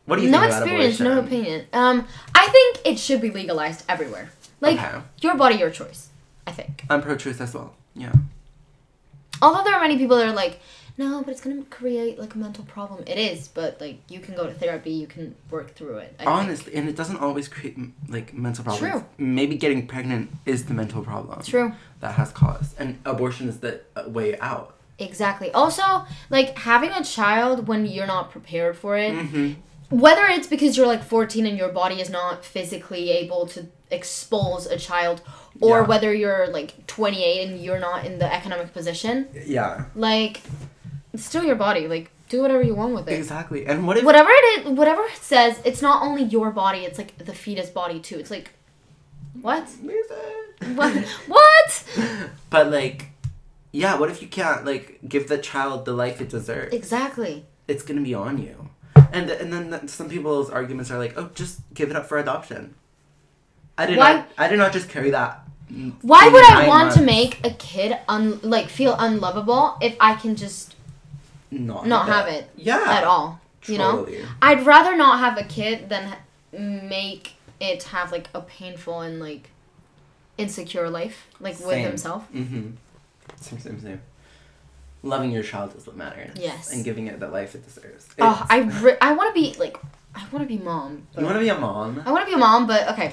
[SPEAKER 1] What do you
[SPEAKER 2] no
[SPEAKER 1] think about
[SPEAKER 2] experience,
[SPEAKER 1] abortion?
[SPEAKER 2] no opinion. Um, I think it should be legalized everywhere. Like,
[SPEAKER 1] Okay.
[SPEAKER 2] your body, your choice. I think.
[SPEAKER 1] I'm pro-truth as well. Yeah.
[SPEAKER 2] Although there are many people that are like, no, but it's gonna create like a mental problem. It is, but like you can go to therapy, you can work through it. I think.
[SPEAKER 1] Honestly, and it doesn't always create m- like mental problems.
[SPEAKER 2] True.
[SPEAKER 1] Maybe getting pregnant is the mental problem.
[SPEAKER 2] True.
[SPEAKER 1] That has caused, and abortion is the uh, way out.
[SPEAKER 2] Exactly. Also, like having a child when you're not prepared for it,
[SPEAKER 1] Mm-hmm.
[SPEAKER 2] whether it's because you're like 14 and your body is not physically able to expose a child, or
[SPEAKER 1] Yeah.
[SPEAKER 2] whether you're like 28 and you're not in the economic position,
[SPEAKER 1] Yeah.
[SPEAKER 2] like it's still your body. Like do whatever you want with it.
[SPEAKER 1] Exactly. And what if? <laughs>
[SPEAKER 2] whatever it is, whatever it says, it's not only your body; it's like the fetus body too. It's like, what? <laughs> What? what?
[SPEAKER 1] <laughs> but like, yeah. What if you can't like give the child the life it deserves?
[SPEAKER 2] Exactly.
[SPEAKER 1] it's gonna be on you. And and then th- some people's arguments are like, oh, just give it up for adoption. I did
[SPEAKER 2] Why-
[SPEAKER 1] not. I did not just carry that. mm,
[SPEAKER 2] Why
[SPEAKER 1] in
[SPEAKER 2] would I
[SPEAKER 1] nine
[SPEAKER 2] want to
[SPEAKER 1] months.
[SPEAKER 2] make a kid un like feel unlovable if I can just
[SPEAKER 1] not
[SPEAKER 2] not have it
[SPEAKER 1] Yeah.
[SPEAKER 2] at all? You know,
[SPEAKER 1] Totally.
[SPEAKER 2] I'd rather not have a kid than ha- make it have like a painful and like insecure life, like with
[SPEAKER 1] Same.
[SPEAKER 2] himself.
[SPEAKER 1] Mm-hmm. Same, same, same. Loving your child is what matters.
[SPEAKER 2] Yes.
[SPEAKER 1] And giving it the life it deserves.
[SPEAKER 2] Oh,
[SPEAKER 1] It's-
[SPEAKER 2] I re- I want to be like I want to be mom.
[SPEAKER 1] you want to be a mom,
[SPEAKER 2] I want to be a mom, but okay.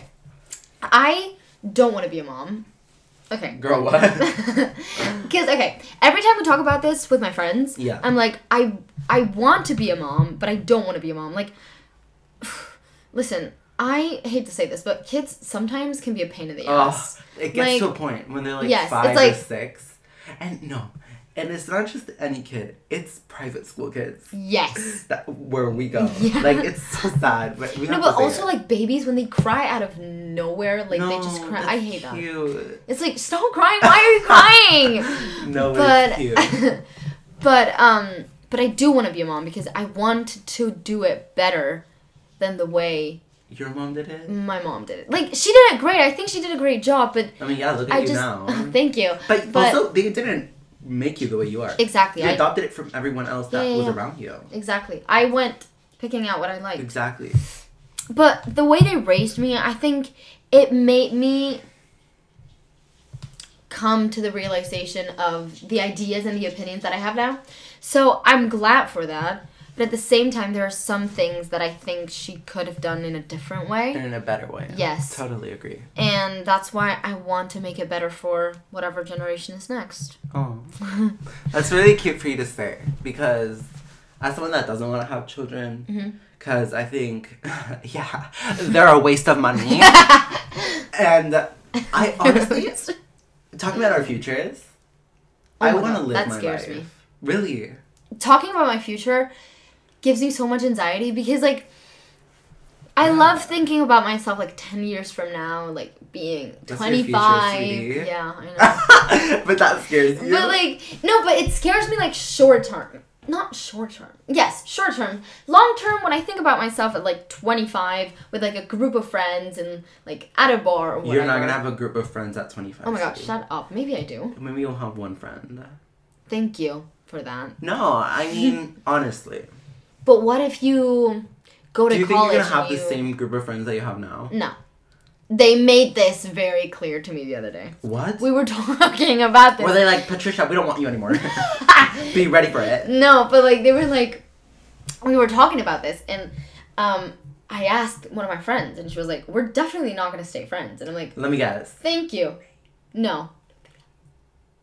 [SPEAKER 2] I don't want to be a mom. Okay. <laughs>
[SPEAKER 1] girl? What?
[SPEAKER 2] Because okay, every time we talk about this with my friends,
[SPEAKER 1] Yeah.
[SPEAKER 2] I'm like, I I want to be a mom, but I don't want to be a mom. Like, <sighs> listen, I hate to say this, but kids sometimes can be a pain in the
[SPEAKER 1] Oh,
[SPEAKER 2] ass.
[SPEAKER 1] it gets
[SPEAKER 2] Like-
[SPEAKER 1] to a point when they're like
[SPEAKER 2] Yes, it's
[SPEAKER 1] five
[SPEAKER 2] like-
[SPEAKER 1] or six, and no, and it's not just any kid; it's private school kids.
[SPEAKER 2] Yes.
[SPEAKER 1] that where we go.
[SPEAKER 2] <laughs> Yeah.
[SPEAKER 1] Like it's so sad, but we
[SPEAKER 2] No,
[SPEAKER 1] have
[SPEAKER 2] but
[SPEAKER 1] to say
[SPEAKER 2] also
[SPEAKER 1] it.
[SPEAKER 2] like babies when they cry out of nowhere, like they just
[SPEAKER 1] No,
[SPEAKER 2] cry. I
[SPEAKER 1] that's
[SPEAKER 2] hate that.
[SPEAKER 1] cute.
[SPEAKER 2] It's like stop crying. Why are
[SPEAKER 1] <laughs>
[SPEAKER 2] you crying?
[SPEAKER 1] No, it's
[SPEAKER 2] <laughs>
[SPEAKER 1] cute.
[SPEAKER 2] but but um but I do want to be a mom because I want to do it better than the way
[SPEAKER 1] Your mom did it.
[SPEAKER 2] my mom did it. Like she did it great. I think she did a great job, but
[SPEAKER 1] I mean, yeah. Look at
[SPEAKER 2] Mm. I
[SPEAKER 1] you
[SPEAKER 2] just
[SPEAKER 1] now.
[SPEAKER 2] <laughs> thank you.
[SPEAKER 1] But,
[SPEAKER 2] but-
[SPEAKER 1] also, they didn't make you the way you are.
[SPEAKER 2] Exactly.
[SPEAKER 1] You
[SPEAKER 2] I,
[SPEAKER 1] adopted it from everyone else that
[SPEAKER 2] Yeah, yeah,
[SPEAKER 1] was
[SPEAKER 2] yeah.
[SPEAKER 1] around you.
[SPEAKER 2] exactly. I went picking out what I liked.
[SPEAKER 1] Exactly.
[SPEAKER 2] But the way they raised me, I think it made me come to the realization of the ideas and the opinions that I have now. So I'm glad for that. But But at the same time, there are some things that I think she could have done in a different way.
[SPEAKER 1] in a better way.
[SPEAKER 2] Yes.
[SPEAKER 1] Totally agree.
[SPEAKER 2] And that's why I want to make it better for whatever generation is next.
[SPEAKER 1] Oh. <laughs> That's really cute for you to say because as someone that doesn't want to have children,
[SPEAKER 2] Mhm.
[SPEAKER 1] because I think, <laughs> yeah, they're a waste of
[SPEAKER 2] <laughs>
[SPEAKER 1] money. and I honestly, talking about our futures,
[SPEAKER 2] Oh
[SPEAKER 1] I
[SPEAKER 2] my
[SPEAKER 1] want to
[SPEAKER 2] God,
[SPEAKER 1] live
[SPEAKER 2] that
[SPEAKER 1] my
[SPEAKER 2] scares
[SPEAKER 1] life.
[SPEAKER 2] me.
[SPEAKER 1] Really? <laughs>
[SPEAKER 2] talking about my future gives me so much anxiety because like I love thinking about myself like 10 years from now, like being
[SPEAKER 1] That's your future,
[SPEAKER 2] 25.
[SPEAKER 1] sweetie.
[SPEAKER 2] yeah, I know.
[SPEAKER 1] <laughs> but that scares you.
[SPEAKER 2] But like, no, but it scares me like short term. Not short term. Yes, short term. Long term, when I think about myself at like 25 with like a group of friends and like at a bar or whatever.
[SPEAKER 1] You're not gonna have a group of friends at 25.
[SPEAKER 2] Oh my god,
[SPEAKER 1] sweetie.
[SPEAKER 2] shut up. Maybe I do.
[SPEAKER 1] Maybe you'll have one friend.
[SPEAKER 2] Thank you for that.
[SPEAKER 1] No, I
[SPEAKER 2] <laughs>
[SPEAKER 1] mean honestly.
[SPEAKER 2] But what if you go to
[SPEAKER 1] Do you think
[SPEAKER 2] college?
[SPEAKER 1] you're gonna have
[SPEAKER 2] and
[SPEAKER 1] the
[SPEAKER 2] you-
[SPEAKER 1] same group of friends that you have now?
[SPEAKER 2] No. They made this very clear to me the other day.
[SPEAKER 1] What?
[SPEAKER 2] We were <laughs> talking about this.
[SPEAKER 1] Were they like Patricia? We don't want you anymore. <laughs> Be ready for it.
[SPEAKER 2] no, but like they were like, we were talking about this, and um, I asked one of my friends, and she was like, "We're definitely not gonna stay friends," and I'm like,
[SPEAKER 1] Let me guess.
[SPEAKER 2] "Thank you, no."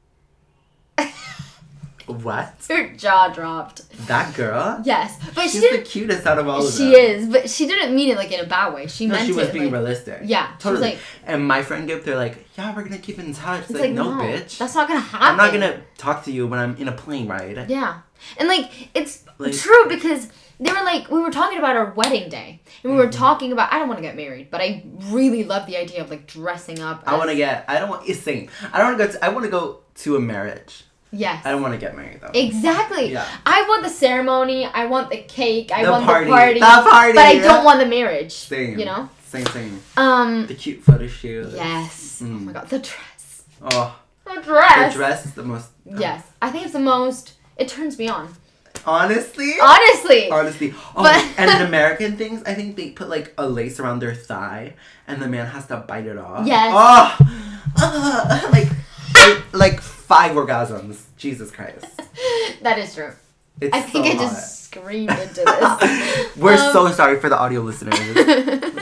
[SPEAKER 2] <laughs>
[SPEAKER 1] What?
[SPEAKER 2] Her jaw dropped.
[SPEAKER 1] That girl?
[SPEAKER 2] Yes, but she
[SPEAKER 1] She's the
[SPEAKER 2] didn't.
[SPEAKER 1] cutest out of all of them.
[SPEAKER 2] She is, but she didn't mean it like in a bad way. She
[SPEAKER 1] No,
[SPEAKER 2] meant
[SPEAKER 1] she was
[SPEAKER 2] it
[SPEAKER 1] being
[SPEAKER 2] like,
[SPEAKER 1] realistic.
[SPEAKER 2] yeah. She was
[SPEAKER 1] Totally.
[SPEAKER 2] like,
[SPEAKER 1] and my friend group, they're like, yeah, we're gonna keep in touch.
[SPEAKER 2] it's
[SPEAKER 1] like, no, bitch.
[SPEAKER 2] that's not gonna happen.
[SPEAKER 1] I'm not gonna talk to you when I'm in a plane ride.
[SPEAKER 2] Yeah. And like it's
[SPEAKER 1] Like-
[SPEAKER 2] true because they were like we were talking about our wedding day.
[SPEAKER 1] Mm-hmm.
[SPEAKER 2] And we were talking about I don't want to get married, but I really love the idea of like dressing up.
[SPEAKER 1] I
[SPEAKER 2] as-
[SPEAKER 1] wanna get, I don't want, it's same. I don't wanna go to, I wanna go to a marriage.
[SPEAKER 2] Yes.
[SPEAKER 1] I don't wanna get married though.
[SPEAKER 2] Exactly.
[SPEAKER 1] Yeah.
[SPEAKER 2] I want the ceremony, I want the cake, I
[SPEAKER 1] The
[SPEAKER 2] want
[SPEAKER 1] party.
[SPEAKER 2] the party.
[SPEAKER 1] The party,
[SPEAKER 2] But I
[SPEAKER 1] yeah.
[SPEAKER 2] don't want the marriage.
[SPEAKER 1] Same.
[SPEAKER 2] You know?
[SPEAKER 1] Same thing.
[SPEAKER 2] Um
[SPEAKER 1] The cute photo shoot.
[SPEAKER 2] Yes. Oh
[SPEAKER 1] Mm.
[SPEAKER 2] my god, the dress.
[SPEAKER 1] Oh,
[SPEAKER 2] The
[SPEAKER 1] the
[SPEAKER 2] dress.
[SPEAKER 1] dress is the most.
[SPEAKER 2] Yes. I think it's the most it turns me on.
[SPEAKER 1] Honestly?
[SPEAKER 2] Oh, Honestly.
[SPEAKER 1] Honestly. Oh,
[SPEAKER 2] But-
[SPEAKER 1] and
[SPEAKER 2] <laughs>
[SPEAKER 1] in American things, I think they put like a lace around their thigh and the man has to bite it off.
[SPEAKER 2] Yes.
[SPEAKER 1] Oh, <laughs> Ugh. like, eight- like five orgasms. Jesus
[SPEAKER 2] <laughs>
[SPEAKER 1] Christ.
[SPEAKER 2] that is true.
[SPEAKER 1] It's
[SPEAKER 2] I think
[SPEAKER 1] so
[SPEAKER 2] I
[SPEAKER 1] hot.
[SPEAKER 2] just screamed into this.
[SPEAKER 1] We're
[SPEAKER 2] um,
[SPEAKER 1] so sorry for the audio
[SPEAKER 2] <laughs>
[SPEAKER 1] listeners. <laughs>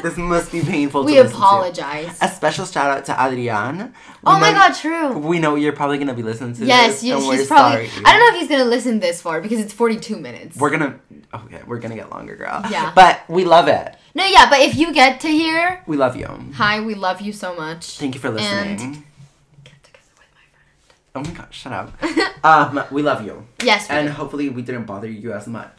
[SPEAKER 1] this must be painful
[SPEAKER 2] we
[SPEAKER 1] to listen to.
[SPEAKER 2] apologize.
[SPEAKER 1] A special shout out to Adrian.
[SPEAKER 2] Oh my god, true.
[SPEAKER 1] We know you're probably going to be listening to
[SPEAKER 2] Yes,
[SPEAKER 1] this.
[SPEAKER 2] you,
[SPEAKER 1] and we're
[SPEAKER 2] she's probably.
[SPEAKER 1] sorry.
[SPEAKER 2] I don't know if he's gonna listen this far because it's 42 minutes.
[SPEAKER 1] We're gonna okay. We're gonna get longer, girl.
[SPEAKER 2] Yeah.
[SPEAKER 1] But we love it.
[SPEAKER 2] no, yeah, but if you get to here,
[SPEAKER 1] We love you.
[SPEAKER 2] hi, we love you so much.
[SPEAKER 1] Thank you for listening.
[SPEAKER 2] And- Get together with my friend.
[SPEAKER 1] Oh my god, shut
[SPEAKER 2] <laughs>
[SPEAKER 1] up. um, we love you.
[SPEAKER 2] Yes, we
[SPEAKER 1] And
[SPEAKER 2] do.
[SPEAKER 1] hopefully we didn't bother you as much.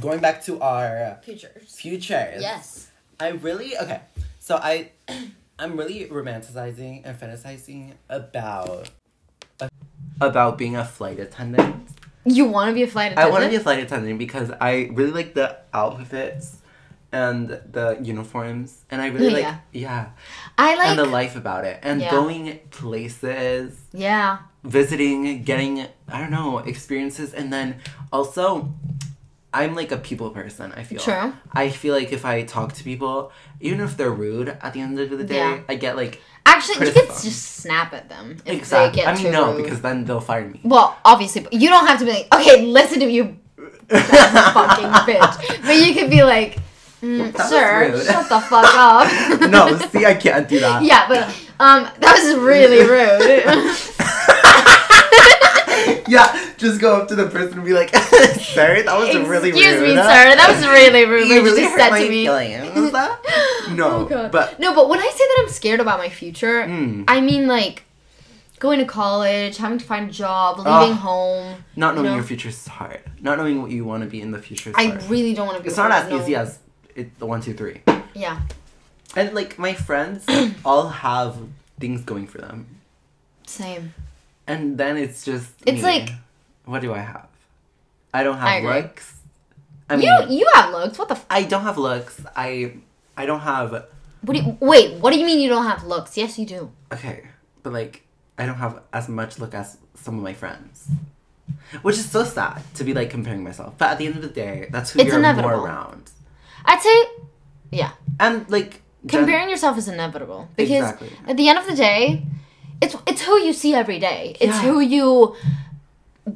[SPEAKER 1] Going back to our
[SPEAKER 3] Futures.
[SPEAKER 1] futures.
[SPEAKER 3] Yes.
[SPEAKER 1] I really okay. So I <clears throat> I'm really romanticizing and fantasizing about about being a flight attendant.
[SPEAKER 2] you want to be a flight
[SPEAKER 1] I
[SPEAKER 2] attendant.
[SPEAKER 1] want to be a flight attendant because I really like the outfits and the uniforms and I really
[SPEAKER 2] Yeah.
[SPEAKER 1] like yeah,
[SPEAKER 2] I like.
[SPEAKER 1] and the life about it and
[SPEAKER 2] Yeah.
[SPEAKER 1] going places
[SPEAKER 2] yeah,
[SPEAKER 1] visiting, getting, I don't know, experiences. And then also, I'm like a people person, I feel.
[SPEAKER 2] True.
[SPEAKER 1] I feel like if I talk to people, even if they're rude at the end of the day,
[SPEAKER 2] Yeah.
[SPEAKER 1] I get like,
[SPEAKER 2] actually, you could
[SPEAKER 1] Criticism.
[SPEAKER 2] just snap at them if
[SPEAKER 1] exactly.
[SPEAKER 2] they get
[SPEAKER 1] I mean,
[SPEAKER 2] too
[SPEAKER 1] no,
[SPEAKER 2] rude.
[SPEAKER 1] because then they'll fire
[SPEAKER 2] <laughs>
[SPEAKER 1] me.
[SPEAKER 2] well, obviously, but you don't have to be like, okay, listen to you,
[SPEAKER 1] <laughs>
[SPEAKER 2] fucking bitch. But you could be like, mm,
[SPEAKER 1] That was
[SPEAKER 2] sir,
[SPEAKER 1] rude.
[SPEAKER 2] shut the fuck up.
[SPEAKER 1] <laughs> <laughs> no, see, I can't do that.
[SPEAKER 2] Yeah, but um, that was really rude.
[SPEAKER 1] <laughs> Yeah, just go up to the person and be like, <laughs> sir, that was really rude.
[SPEAKER 2] Excuse me, sir. That was really rude.
[SPEAKER 1] <laughs> You
[SPEAKER 2] what
[SPEAKER 1] really
[SPEAKER 2] you just
[SPEAKER 1] hurt
[SPEAKER 2] said
[SPEAKER 1] my
[SPEAKER 2] to me. <gasps>
[SPEAKER 1] feelings. no,
[SPEAKER 2] <laughs> Oh, God.
[SPEAKER 1] but
[SPEAKER 2] no, but when I say that I'm scared about my future,
[SPEAKER 1] Mm.
[SPEAKER 2] I mean like going to college, having to find a job, leaving
[SPEAKER 1] Ugh.
[SPEAKER 2] home.
[SPEAKER 1] not knowing
[SPEAKER 2] No.
[SPEAKER 1] your future is hard. Not knowing what you want to be in the future is
[SPEAKER 2] I
[SPEAKER 1] hard.
[SPEAKER 2] really don't want to be.
[SPEAKER 1] It's not as
[SPEAKER 2] alone.
[SPEAKER 1] easy as it, the one, two, three.
[SPEAKER 2] yeah.
[SPEAKER 1] And like my
[SPEAKER 2] <clears throat>
[SPEAKER 1] friends all have things going for them,
[SPEAKER 2] Same.
[SPEAKER 1] and then it's just me.
[SPEAKER 2] It's like-
[SPEAKER 1] what do I have? I don't
[SPEAKER 2] I
[SPEAKER 1] have
[SPEAKER 2] agree.
[SPEAKER 1] looks. I mean,
[SPEAKER 2] You don't, you have looks. What the? F-
[SPEAKER 1] I don't have looks. I I don't have
[SPEAKER 2] what do you, wait? What do you mean you don't have looks? Yes, you do.
[SPEAKER 1] okay, but like I don't have as much look as some of my friends, which is so sad to be like comparing myself. But at the end of the day, that's who
[SPEAKER 2] It's
[SPEAKER 1] you're
[SPEAKER 2] inevitable.
[SPEAKER 1] more around,
[SPEAKER 2] I'd say, yeah.
[SPEAKER 1] and like then-
[SPEAKER 2] comparing yourself is inevitable because
[SPEAKER 1] Exactly.
[SPEAKER 2] at the end of the day it's it's who you see every day it's
[SPEAKER 1] Yeah.
[SPEAKER 2] who you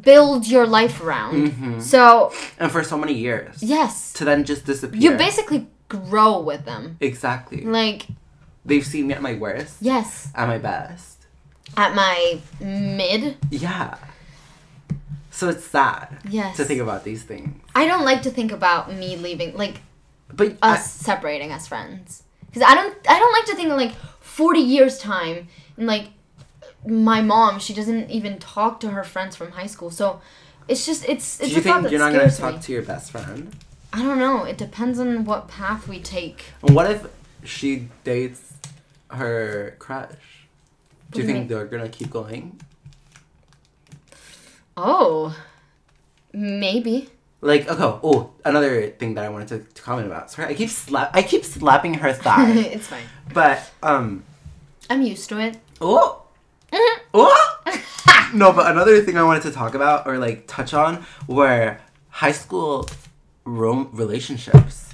[SPEAKER 2] build your life around.
[SPEAKER 1] Mm-hmm.
[SPEAKER 2] So
[SPEAKER 1] and for so many years
[SPEAKER 2] yes,
[SPEAKER 1] to then just disappear.
[SPEAKER 2] you Mm-hmm. basically grow with them.
[SPEAKER 1] exactly.
[SPEAKER 2] Like
[SPEAKER 1] They've seen me at my worst,
[SPEAKER 2] yes,
[SPEAKER 1] at my best.
[SPEAKER 2] at my mid,
[SPEAKER 1] Yeah. So it's sad
[SPEAKER 2] yes.
[SPEAKER 1] to think about these things,
[SPEAKER 2] I don't like to think about me leaving, like
[SPEAKER 1] but I-
[SPEAKER 2] us separating as friends, because I don't, I don't like to think of, like forty years time and like my mom, she doesn't even talk to her friends from high school, so it's just it's it's
[SPEAKER 1] do you
[SPEAKER 2] a thought
[SPEAKER 1] think
[SPEAKER 2] that
[SPEAKER 1] you're not going to
[SPEAKER 2] scares me.
[SPEAKER 1] talk to your best friend?
[SPEAKER 2] I don't know. It depends on what path we take.
[SPEAKER 1] And What if she dates her crush? Do you
[SPEAKER 2] What do you
[SPEAKER 1] think
[SPEAKER 2] mean?
[SPEAKER 1] they're gonna keep going?
[SPEAKER 2] Oh, maybe.
[SPEAKER 1] Like, okay, oh, another thing that I wanted to, to comment about. Sorry, I keep slap, I keep slapping her thigh,
[SPEAKER 2] <laughs> it's fine.
[SPEAKER 1] but um,
[SPEAKER 2] I'm used to it.
[SPEAKER 1] oh,
[SPEAKER 2] Mhm.
[SPEAKER 1] oh, <laughs> no. But another thing I wanted to talk about or like touch on were high school rom- relationships.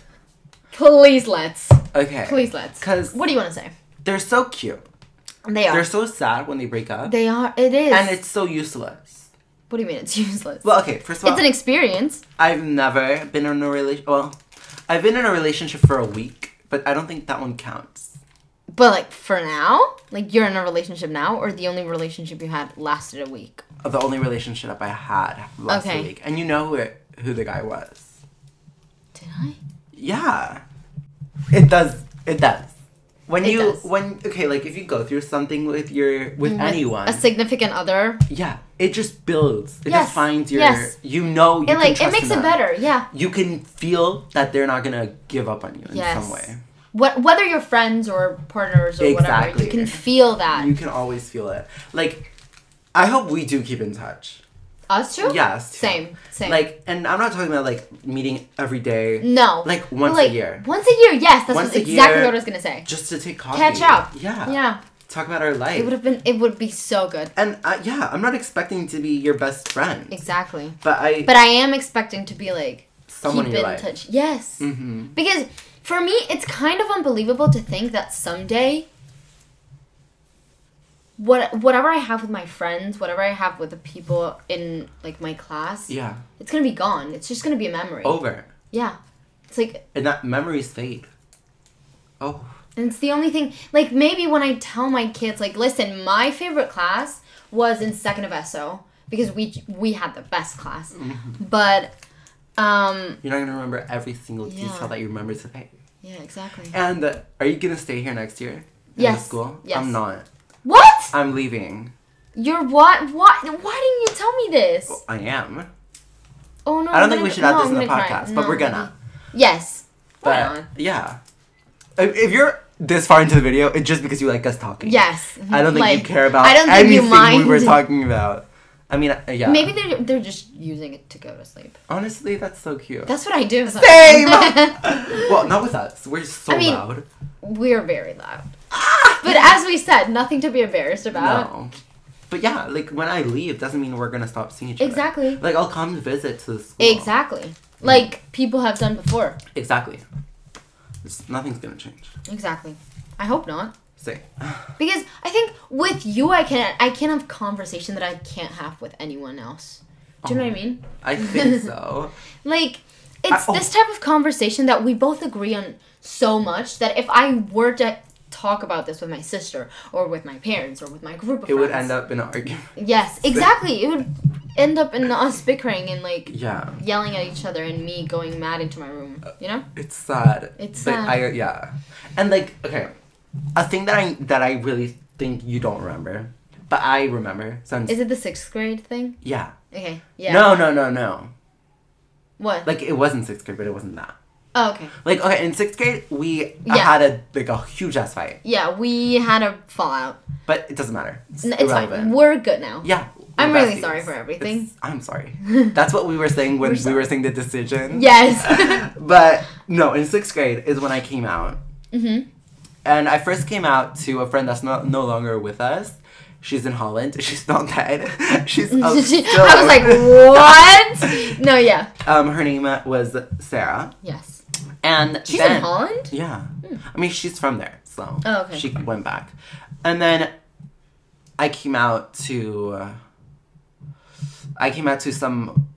[SPEAKER 2] Please let's.
[SPEAKER 1] Okay,
[SPEAKER 2] Please let's.
[SPEAKER 1] 'Cause-
[SPEAKER 2] what do you want to say?
[SPEAKER 1] they're so cute.
[SPEAKER 2] They are.
[SPEAKER 1] They're so sad when they break up,
[SPEAKER 2] They are. It is.
[SPEAKER 1] and it's so useless.
[SPEAKER 2] What do you mean? It's <laughs> useless.
[SPEAKER 1] Well, okay, first of all,
[SPEAKER 2] it's an experience.
[SPEAKER 1] I've never been in a relation. Well, I've been in a relationship for a week, but I don't think that one counts.
[SPEAKER 2] But like for now, like you're in a relationship now, or the only relationship you had lasted a week.
[SPEAKER 1] The only relationship I had last
[SPEAKER 2] Okay.
[SPEAKER 1] week, and you know who it, who the guy was.
[SPEAKER 2] Did I?
[SPEAKER 1] Yeah, it does. It does. When
[SPEAKER 2] It
[SPEAKER 1] you
[SPEAKER 2] does. Mm-hmm.
[SPEAKER 1] when okay, like if you go through something with your with anyone,
[SPEAKER 2] A significant other.
[SPEAKER 1] yeah, it just builds. It
[SPEAKER 2] Yes,
[SPEAKER 1] just finds your.
[SPEAKER 2] yes.
[SPEAKER 1] You know, you
[SPEAKER 2] It
[SPEAKER 1] can
[SPEAKER 2] like it
[SPEAKER 1] trust
[SPEAKER 2] makes
[SPEAKER 1] in
[SPEAKER 2] it
[SPEAKER 1] them.
[SPEAKER 2] better. Yeah.
[SPEAKER 1] You can feel that they're not gonna give up on you in
[SPEAKER 2] Yes.
[SPEAKER 1] some way.
[SPEAKER 2] What whether you're friends or partners or whatever,
[SPEAKER 1] Exactly.
[SPEAKER 2] you can feel that.
[SPEAKER 1] You can always feel it. Like, I hope we do keep in touch.
[SPEAKER 2] Us too.
[SPEAKER 1] Yes. too.
[SPEAKER 2] Same. Same.
[SPEAKER 1] Like, and I'm not talking about like meeting every day.
[SPEAKER 2] no.
[SPEAKER 1] Like
[SPEAKER 2] But,
[SPEAKER 1] once
[SPEAKER 2] like,
[SPEAKER 1] a year,
[SPEAKER 2] Once a year. Yes, that's
[SPEAKER 1] Once
[SPEAKER 2] was
[SPEAKER 1] a
[SPEAKER 2] exactly
[SPEAKER 1] year.
[SPEAKER 2] what I was gonna say.
[SPEAKER 1] just to take coffee.
[SPEAKER 2] Catch up.
[SPEAKER 1] Yeah.
[SPEAKER 2] Yeah.
[SPEAKER 1] Talk about our
[SPEAKER 2] It
[SPEAKER 1] life.
[SPEAKER 2] would have been. It would be so good.
[SPEAKER 1] and uh, yeah, I'm not expecting to be your best friend,
[SPEAKER 2] Exactly.
[SPEAKER 1] but I
[SPEAKER 2] But I am expecting to be like
[SPEAKER 1] someone in
[SPEAKER 2] keep
[SPEAKER 1] your
[SPEAKER 2] in
[SPEAKER 1] life.
[SPEAKER 2] touch. Yes.
[SPEAKER 1] Mm-hmm.
[SPEAKER 2] Because for me, it's kind of unbelievable to think that someday, what whatever I have with my friends, whatever I have with the people in like my class,
[SPEAKER 1] Yeah. Oh.
[SPEAKER 2] it's gonna be gone. It's just gonna be a memory.
[SPEAKER 1] Over.
[SPEAKER 2] Yeah, it's like
[SPEAKER 1] And that memories fade. Oh.
[SPEAKER 2] and it's the only thing. Like maybe when I tell my kids, like, listen, my favorite class was in second of ESO because we we had the best class, but um
[SPEAKER 1] You're not gonna remember every single
[SPEAKER 2] Yeah.
[SPEAKER 1] detail that you remember today.
[SPEAKER 2] yeah, exactly.
[SPEAKER 1] And uh, are you gonna stay here next year? in the
[SPEAKER 2] Yes.
[SPEAKER 1] School?
[SPEAKER 2] Yes.
[SPEAKER 1] I'm not.
[SPEAKER 2] What?
[SPEAKER 1] I'm leaving.
[SPEAKER 2] You're what? What? Why didn't you tell me this?
[SPEAKER 1] I am.
[SPEAKER 2] Oh no!
[SPEAKER 1] I
[SPEAKER 2] I'm
[SPEAKER 1] don't think
[SPEAKER 2] gonna
[SPEAKER 1] we
[SPEAKER 2] go-
[SPEAKER 1] should add
[SPEAKER 2] no,
[SPEAKER 1] this
[SPEAKER 2] I'm
[SPEAKER 1] in the
[SPEAKER 2] gonna cry.
[SPEAKER 1] podcast,
[SPEAKER 2] No,
[SPEAKER 1] but we're
[SPEAKER 2] I'm
[SPEAKER 1] gonna.
[SPEAKER 2] Yes.
[SPEAKER 1] But
[SPEAKER 2] Why not?
[SPEAKER 1] yeah, if, if you're this far into the video, it's just because you like us talking.
[SPEAKER 2] Yes.
[SPEAKER 1] I don't think you
[SPEAKER 2] Like,
[SPEAKER 1] care about
[SPEAKER 2] I don't think you
[SPEAKER 1] anything we were
[SPEAKER 2] mind.
[SPEAKER 1] talking about. I mean, uh, yeah.
[SPEAKER 2] Maybe they're they're just using it to go to sleep.
[SPEAKER 1] honestly, that's so cute.
[SPEAKER 2] That's what I do. so-
[SPEAKER 1] <laughs>
[SPEAKER 2] <laughs>
[SPEAKER 1] Same. well, not with us. We're so
[SPEAKER 2] I mean, ah!
[SPEAKER 1] loud.
[SPEAKER 2] we're very loud. But as we said, nothing to be embarrassed about.
[SPEAKER 1] No. But yeah, like when I leave, doesn't mean we're gonna stop seeing each other.
[SPEAKER 2] Exactly.
[SPEAKER 1] Like I'll come visit to the school.
[SPEAKER 2] Exactly. Like people have done before.
[SPEAKER 1] Exactly. It's, nothing's gonna change.
[SPEAKER 2] Exactly. I hope not.
[SPEAKER 1] Say.
[SPEAKER 2] Because I think with you, I can I can have conversation that I can't have with anyone else. Do you know
[SPEAKER 1] Um,
[SPEAKER 2] what I mean?
[SPEAKER 1] I
[SPEAKER 2] <laughs>
[SPEAKER 1] think so.
[SPEAKER 2] Like,
[SPEAKER 1] I-
[SPEAKER 2] it's
[SPEAKER 1] oh.
[SPEAKER 2] this type of conversation that we both agree on so much that if I were to talk about this with my sister or with my parents or with my group of
[SPEAKER 1] It would
[SPEAKER 2] friends-
[SPEAKER 1] end up in an argument.
[SPEAKER 2] Yes, exactly. It would end up in us bickering and like
[SPEAKER 1] Yeah.
[SPEAKER 2] yelling at each other and me going mad into my room. You know?
[SPEAKER 1] It's sad.
[SPEAKER 2] It's
[SPEAKER 1] but
[SPEAKER 2] sad.
[SPEAKER 1] I yeah, and like okay, a thing that I that I really think you don't remember, but I remember since
[SPEAKER 2] Is it the sixth grade thing?
[SPEAKER 1] yeah.
[SPEAKER 2] Okay. Yeah.
[SPEAKER 1] No no no no.
[SPEAKER 2] What?
[SPEAKER 1] Like it wasn't sixth grade, but it wasn't that.
[SPEAKER 2] oh, okay.
[SPEAKER 1] Like okay, in sixth grade we
[SPEAKER 2] Yeah.
[SPEAKER 1] had a like a huge ass fight,
[SPEAKER 2] Yeah, we had a fallout.
[SPEAKER 1] but it doesn't matter. It's,
[SPEAKER 2] N- It's fine.
[SPEAKER 1] irrelevant.
[SPEAKER 2] We're good now. <laughs>
[SPEAKER 1] Yeah.
[SPEAKER 2] I'm
[SPEAKER 1] we're
[SPEAKER 2] really
[SPEAKER 1] besties.
[SPEAKER 2] sorry for everything.
[SPEAKER 1] It's- I'm sorry. That's what we were saying when
[SPEAKER 2] We're
[SPEAKER 1] we were
[SPEAKER 2] sorry.
[SPEAKER 1] saying the decision.
[SPEAKER 2] Yes.
[SPEAKER 1] <laughs>
[SPEAKER 2] <laughs>
[SPEAKER 1] But no, in sixth grade is when I came out.
[SPEAKER 2] Mhm.
[SPEAKER 1] And I first came out to a friend that's not no longer with us. She's in Holland. <laughs> She's not dead.
[SPEAKER 2] <laughs>
[SPEAKER 1] She's up still.
[SPEAKER 2] I was like,
[SPEAKER 1] <laughs>
[SPEAKER 2] what? no, yeah.
[SPEAKER 1] um, her name was Sarah,
[SPEAKER 2] Yes.
[SPEAKER 1] and
[SPEAKER 2] She's
[SPEAKER 1] then,
[SPEAKER 2] in Holland?
[SPEAKER 1] Yeah, I mean she's from there, so
[SPEAKER 2] Hmm. Oh, okay.
[SPEAKER 1] she went back, and then I came out to uh, I came out to some.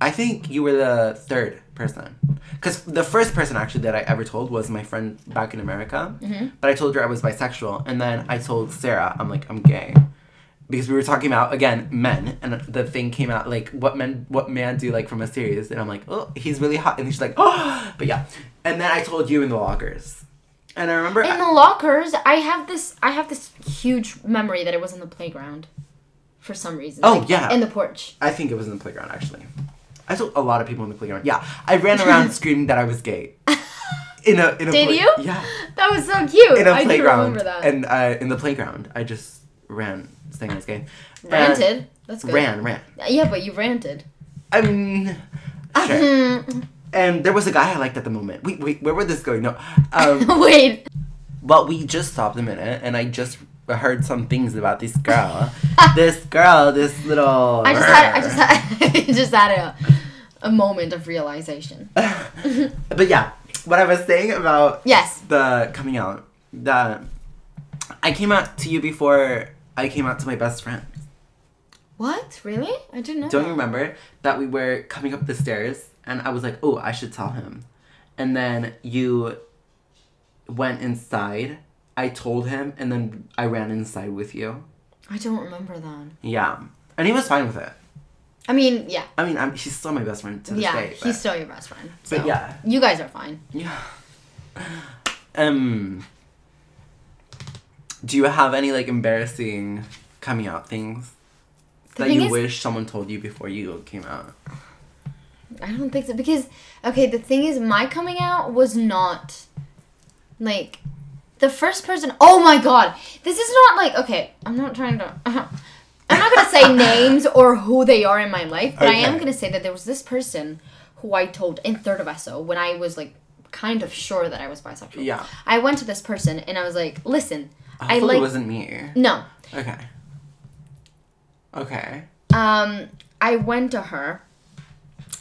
[SPEAKER 1] I think you were the third person, because the first person actually that I ever told was my friend back in America.
[SPEAKER 2] Mm-hmm.
[SPEAKER 1] But I told her I was bisexual, and then I told Sarah I'm like I'm gay, because we were talking about again men, and the thing came out like what men what man do you like from a series, and I'm like oh he's really hot, and she's like oh but yeah, and then I told you in the lockers, and I remember
[SPEAKER 2] In the lockers, I have this. I have this huge memory that it was in the playground, for some reason.
[SPEAKER 1] Oh, yeah.
[SPEAKER 2] in the porch. <laughs>
[SPEAKER 1] I think it was in the playground actually. I told a lot of people in the playground. Yeah, I ran
[SPEAKER 2] <laughs>
[SPEAKER 1] around screaming that I was gay. In a in a
[SPEAKER 2] Did
[SPEAKER 1] play-
[SPEAKER 2] you?
[SPEAKER 1] Yeah,
[SPEAKER 2] That was so cute.
[SPEAKER 1] <laughs> in a
[SPEAKER 2] I do
[SPEAKER 1] playground.
[SPEAKER 2] remember that.
[SPEAKER 1] And uh, in the playground, I just ran saying I was gay. And-
[SPEAKER 2] ranted. That's good.
[SPEAKER 1] Ran, ran.
[SPEAKER 2] Yeah, but you
[SPEAKER 1] <laughs>
[SPEAKER 2] ranted.
[SPEAKER 1] I mean,
[SPEAKER 2] <laughs>
[SPEAKER 1] sure.
[SPEAKER 2] Hmm.
[SPEAKER 1] and there was a guy I liked at the moment. Wait, wait, where was this going? No.
[SPEAKER 2] <laughs>
[SPEAKER 1] Um,
[SPEAKER 2] Wait.
[SPEAKER 1] But we just stopped a minute, and I just heard some things about this
[SPEAKER 2] <laughs>
[SPEAKER 1] girl. this girl, this little.
[SPEAKER 2] I just had. I just had. <laughs> I just had a, a moment of realization.
[SPEAKER 1] <laughs> but yeah, what I was saying about
[SPEAKER 2] Yes.
[SPEAKER 1] the coming out that I came out to you before I came out to my best friend.
[SPEAKER 2] What? Really? I didn't know.
[SPEAKER 1] Don't
[SPEAKER 2] that.
[SPEAKER 1] you remember that we were coming up the stairs and I was like, "Oh, I should tell him," and then you went inside. I told him, and then I ran inside with you.
[SPEAKER 2] I don't remember that.
[SPEAKER 1] Yeah, and he was fine with it.
[SPEAKER 2] I mean, yeah,
[SPEAKER 1] I mean, I'm, he's still my best friend to this
[SPEAKER 2] yeah.
[SPEAKER 1] day. but-
[SPEAKER 2] he's still your best friend. So.
[SPEAKER 1] But yeah.
[SPEAKER 2] You guys are fine.
[SPEAKER 1] Yeah. <laughs> Um. Do you have any like embarrassing coming out things
[SPEAKER 2] The
[SPEAKER 1] that
[SPEAKER 2] thing
[SPEAKER 1] you
[SPEAKER 2] is-
[SPEAKER 1] wish someone told you before you came out?
[SPEAKER 2] I don't think so because okay, the thing is my coming out was not like the first person oh my god. This is not like okay, I'm not trying to <laughs> I'm not
[SPEAKER 1] <laughs>
[SPEAKER 2] gonna say names or who they are in my life, but I am
[SPEAKER 1] Okay.
[SPEAKER 2] gonna say that there was this person who I told in third of SO when I was like kind of sure that I was bisexual.
[SPEAKER 1] Yeah.
[SPEAKER 2] I went to this person and I was like, listen, I
[SPEAKER 1] Hopefully it
[SPEAKER 2] like
[SPEAKER 1] wasn't me.
[SPEAKER 2] no.
[SPEAKER 1] Okay. Okay.
[SPEAKER 2] um, I went to her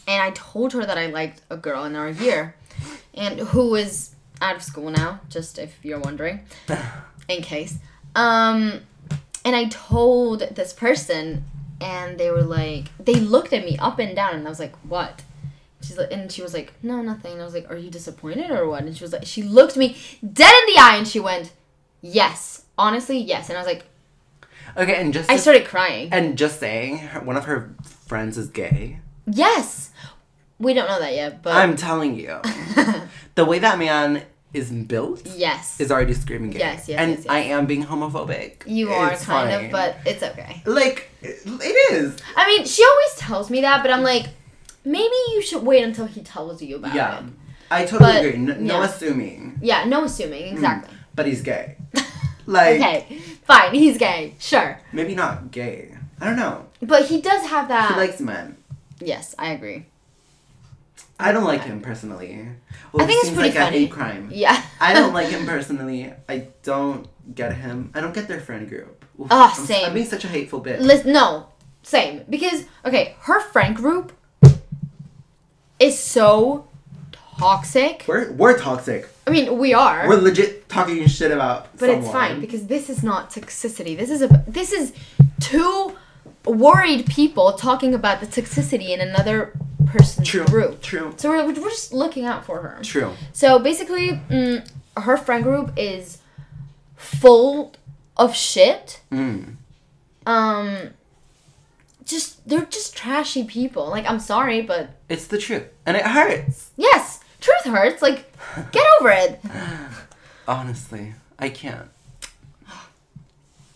[SPEAKER 2] and I told her that I liked a girl in our year and who is out of school now, just if you're wondering, in case. Um, and I told this person and they were like, they looked at me up and down and I was like, what? She's like, and she was like, no, nothing. And I was like, are you disappointed or what? And she was like, she looked me dead in the eye and she went, yes, honestly, yes. And I was like,
[SPEAKER 1] Okay, and just
[SPEAKER 2] I started crying.
[SPEAKER 1] and just saying her, one of her friends is gay.
[SPEAKER 2] Yes. We don't know that yet, but
[SPEAKER 1] I'm telling
[SPEAKER 2] <laughs>
[SPEAKER 1] you, the way that man is built
[SPEAKER 2] yes.
[SPEAKER 1] is already screaming gay.
[SPEAKER 2] Yes, yes,
[SPEAKER 1] And
[SPEAKER 2] yes, yes.
[SPEAKER 1] I am being homophobic.
[SPEAKER 2] you are
[SPEAKER 1] It's
[SPEAKER 2] kind
[SPEAKER 1] fine.
[SPEAKER 2] of, but it's okay.
[SPEAKER 1] like it- it is.
[SPEAKER 2] I mean, she always tells me that, but I'm like, maybe you should wait until he tells you about
[SPEAKER 1] Yeah.
[SPEAKER 2] it.
[SPEAKER 1] I totally
[SPEAKER 2] Uh, But,
[SPEAKER 1] agree. N- No
[SPEAKER 2] yeah.
[SPEAKER 1] assuming,
[SPEAKER 2] Yeah, no assuming, exactly.
[SPEAKER 1] but he's gay. Hmm. <laughs> Like
[SPEAKER 2] okay, fine, he's gay, sure.
[SPEAKER 1] maybe not gay. I don't know.
[SPEAKER 2] But he does have that.
[SPEAKER 1] he likes men.
[SPEAKER 2] yes, I agree.
[SPEAKER 1] I don't like him personally. Well,
[SPEAKER 2] uh, I think
[SPEAKER 1] he
[SPEAKER 2] it's
[SPEAKER 1] seems
[SPEAKER 2] pretty
[SPEAKER 1] like a
[SPEAKER 2] funny.
[SPEAKER 1] hate crime.
[SPEAKER 2] Yeah.
[SPEAKER 1] I
[SPEAKER 2] <laughs>
[SPEAKER 1] don't like him personally. I don't get him. I don't get their friend group. Oof,
[SPEAKER 2] Ah,
[SPEAKER 1] I'm,
[SPEAKER 2] same.
[SPEAKER 1] I'm being such a hateful bitch.
[SPEAKER 2] Listen, no, same. Because, okay, her friend group is so toxic.
[SPEAKER 1] we're we're toxic.
[SPEAKER 2] I mean, we are.
[SPEAKER 1] We're legit talking shit about.
[SPEAKER 2] But it's fine because this is not toxicity. This is a this is two worried people talking about the toxicity in another person's
[SPEAKER 1] True.
[SPEAKER 2] group.
[SPEAKER 1] True.
[SPEAKER 2] So we're, we're just looking out for her.
[SPEAKER 1] True.
[SPEAKER 2] So basically, mm, her friend group is full of shit.
[SPEAKER 1] Mm.
[SPEAKER 2] Um, just they're just trashy people. Like I'm sorry, but
[SPEAKER 1] It's the truth, and it hurts.
[SPEAKER 2] yes, truth hurts. Like get over
[SPEAKER 1] <laughs>
[SPEAKER 2] it.
[SPEAKER 1] Honestly, I can't.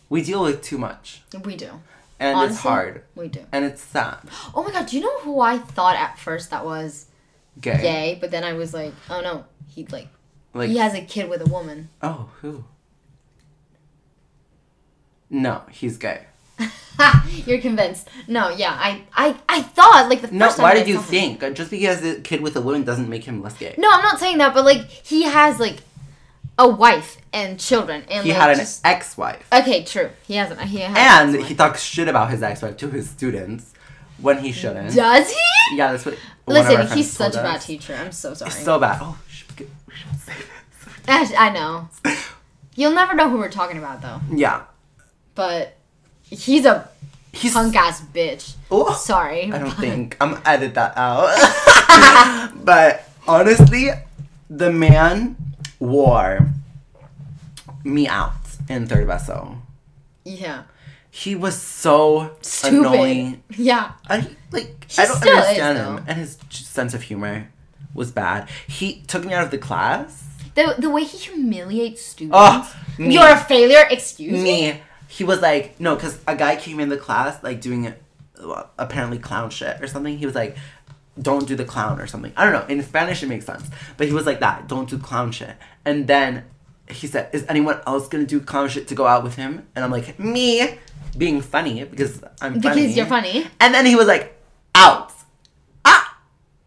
[SPEAKER 1] We deal with too much,
[SPEAKER 2] We do.
[SPEAKER 1] and it's
[SPEAKER 2] Honestly,
[SPEAKER 1] hard,
[SPEAKER 2] We do.
[SPEAKER 1] and it's sad.
[SPEAKER 2] Oh my god, do you know who I thought at first that was?
[SPEAKER 1] Gay.
[SPEAKER 2] gay, but then I was like, oh no, he like
[SPEAKER 1] Like
[SPEAKER 2] he has a kid with a woman. <laughs>
[SPEAKER 1] oh who? No, he's gay.
[SPEAKER 2] You're convinced? No, yeah, I I I thought like the
[SPEAKER 1] No,
[SPEAKER 2] first time
[SPEAKER 1] why
[SPEAKER 2] that I
[SPEAKER 1] did you
[SPEAKER 2] saw him-
[SPEAKER 1] think? Uh, Just because the kid with a woman doesn't make him less gay.
[SPEAKER 2] No, I'm not saying that, but like he has like a wife and children, and
[SPEAKER 1] he
[SPEAKER 2] like,
[SPEAKER 1] had an
[SPEAKER 2] just-
[SPEAKER 1] ex-wife.
[SPEAKER 2] Okay, true. He hasn't. He has
[SPEAKER 1] And he talks shit about his ex-wife to his students when he shouldn't. Yeah,
[SPEAKER 2] does he?
[SPEAKER 1] that's what. one of our
[SPEAKER 2] Listen,
[SPEAKER 1] friends
[SPEAKER 2] he's such
[SPEAKER 1] told
[SPEAKER 2] a bad
[SPEAKER 1] us.
[SPEAKER 2] teacher. I'm so sorry.
[SPEAKER 1] So bad. Oh, we should, get- we should say this.
[SPEAKER 2] Ash- <laughs> I
[SPEAKER 1] <laughs>
[SPEAKER 2] know. You'll never know who we're talking about though,
[SPEAKER 1] Yeah,
[SPEAKER 2] but he's a
[SPEAKER 1] He's.
[SPEAKER 2] punk ass bitch.
[SPEAKER 1] Oh.
[SPEAKER 2] Sorry.
[SPEAKER 1] I don't think I'm edit that out. <laughs> but honestly, the man wore me out in Third Vessel.
[SPEAKER 2] <laughs> Yeah.
[SPEAKER 1] He was so
[SPEAKER 2] Stupid.
[SPEAKER 1] annoying.
[SPEAKER 2] Yeah.
[SPEAKER 1] I like
[SPEAKER 2] He
[SPEAKER 1] I don't
[SPEAKER 2] still is,
[SPEAKER 1] understand him,
[SPEAKER 2] though.
[SPEAKER 1] and his j- sense of humor was bad. He took me out of the class.
[SPEAKER 2] The the way he humiliates students.
[SPEAKER 1] Oh, me.
[SPEAKER 2] You're a failure. Excuse me.
[SPEAKER 1] me. He was like, no, because a guy came in the class like doing uh, apparently clown shit or something. He was like, don't do the clown or something. I don't know. In Spanish, it makes sense, but he was like that. Don't do clown shit. And then he said, is anyone else gonna do clown shit to go out with him? And I'm like, me, being funny because I'm
[SPEAKER 2] Because you're funny.
[SPEAKER 1] And then he was like, out, ah,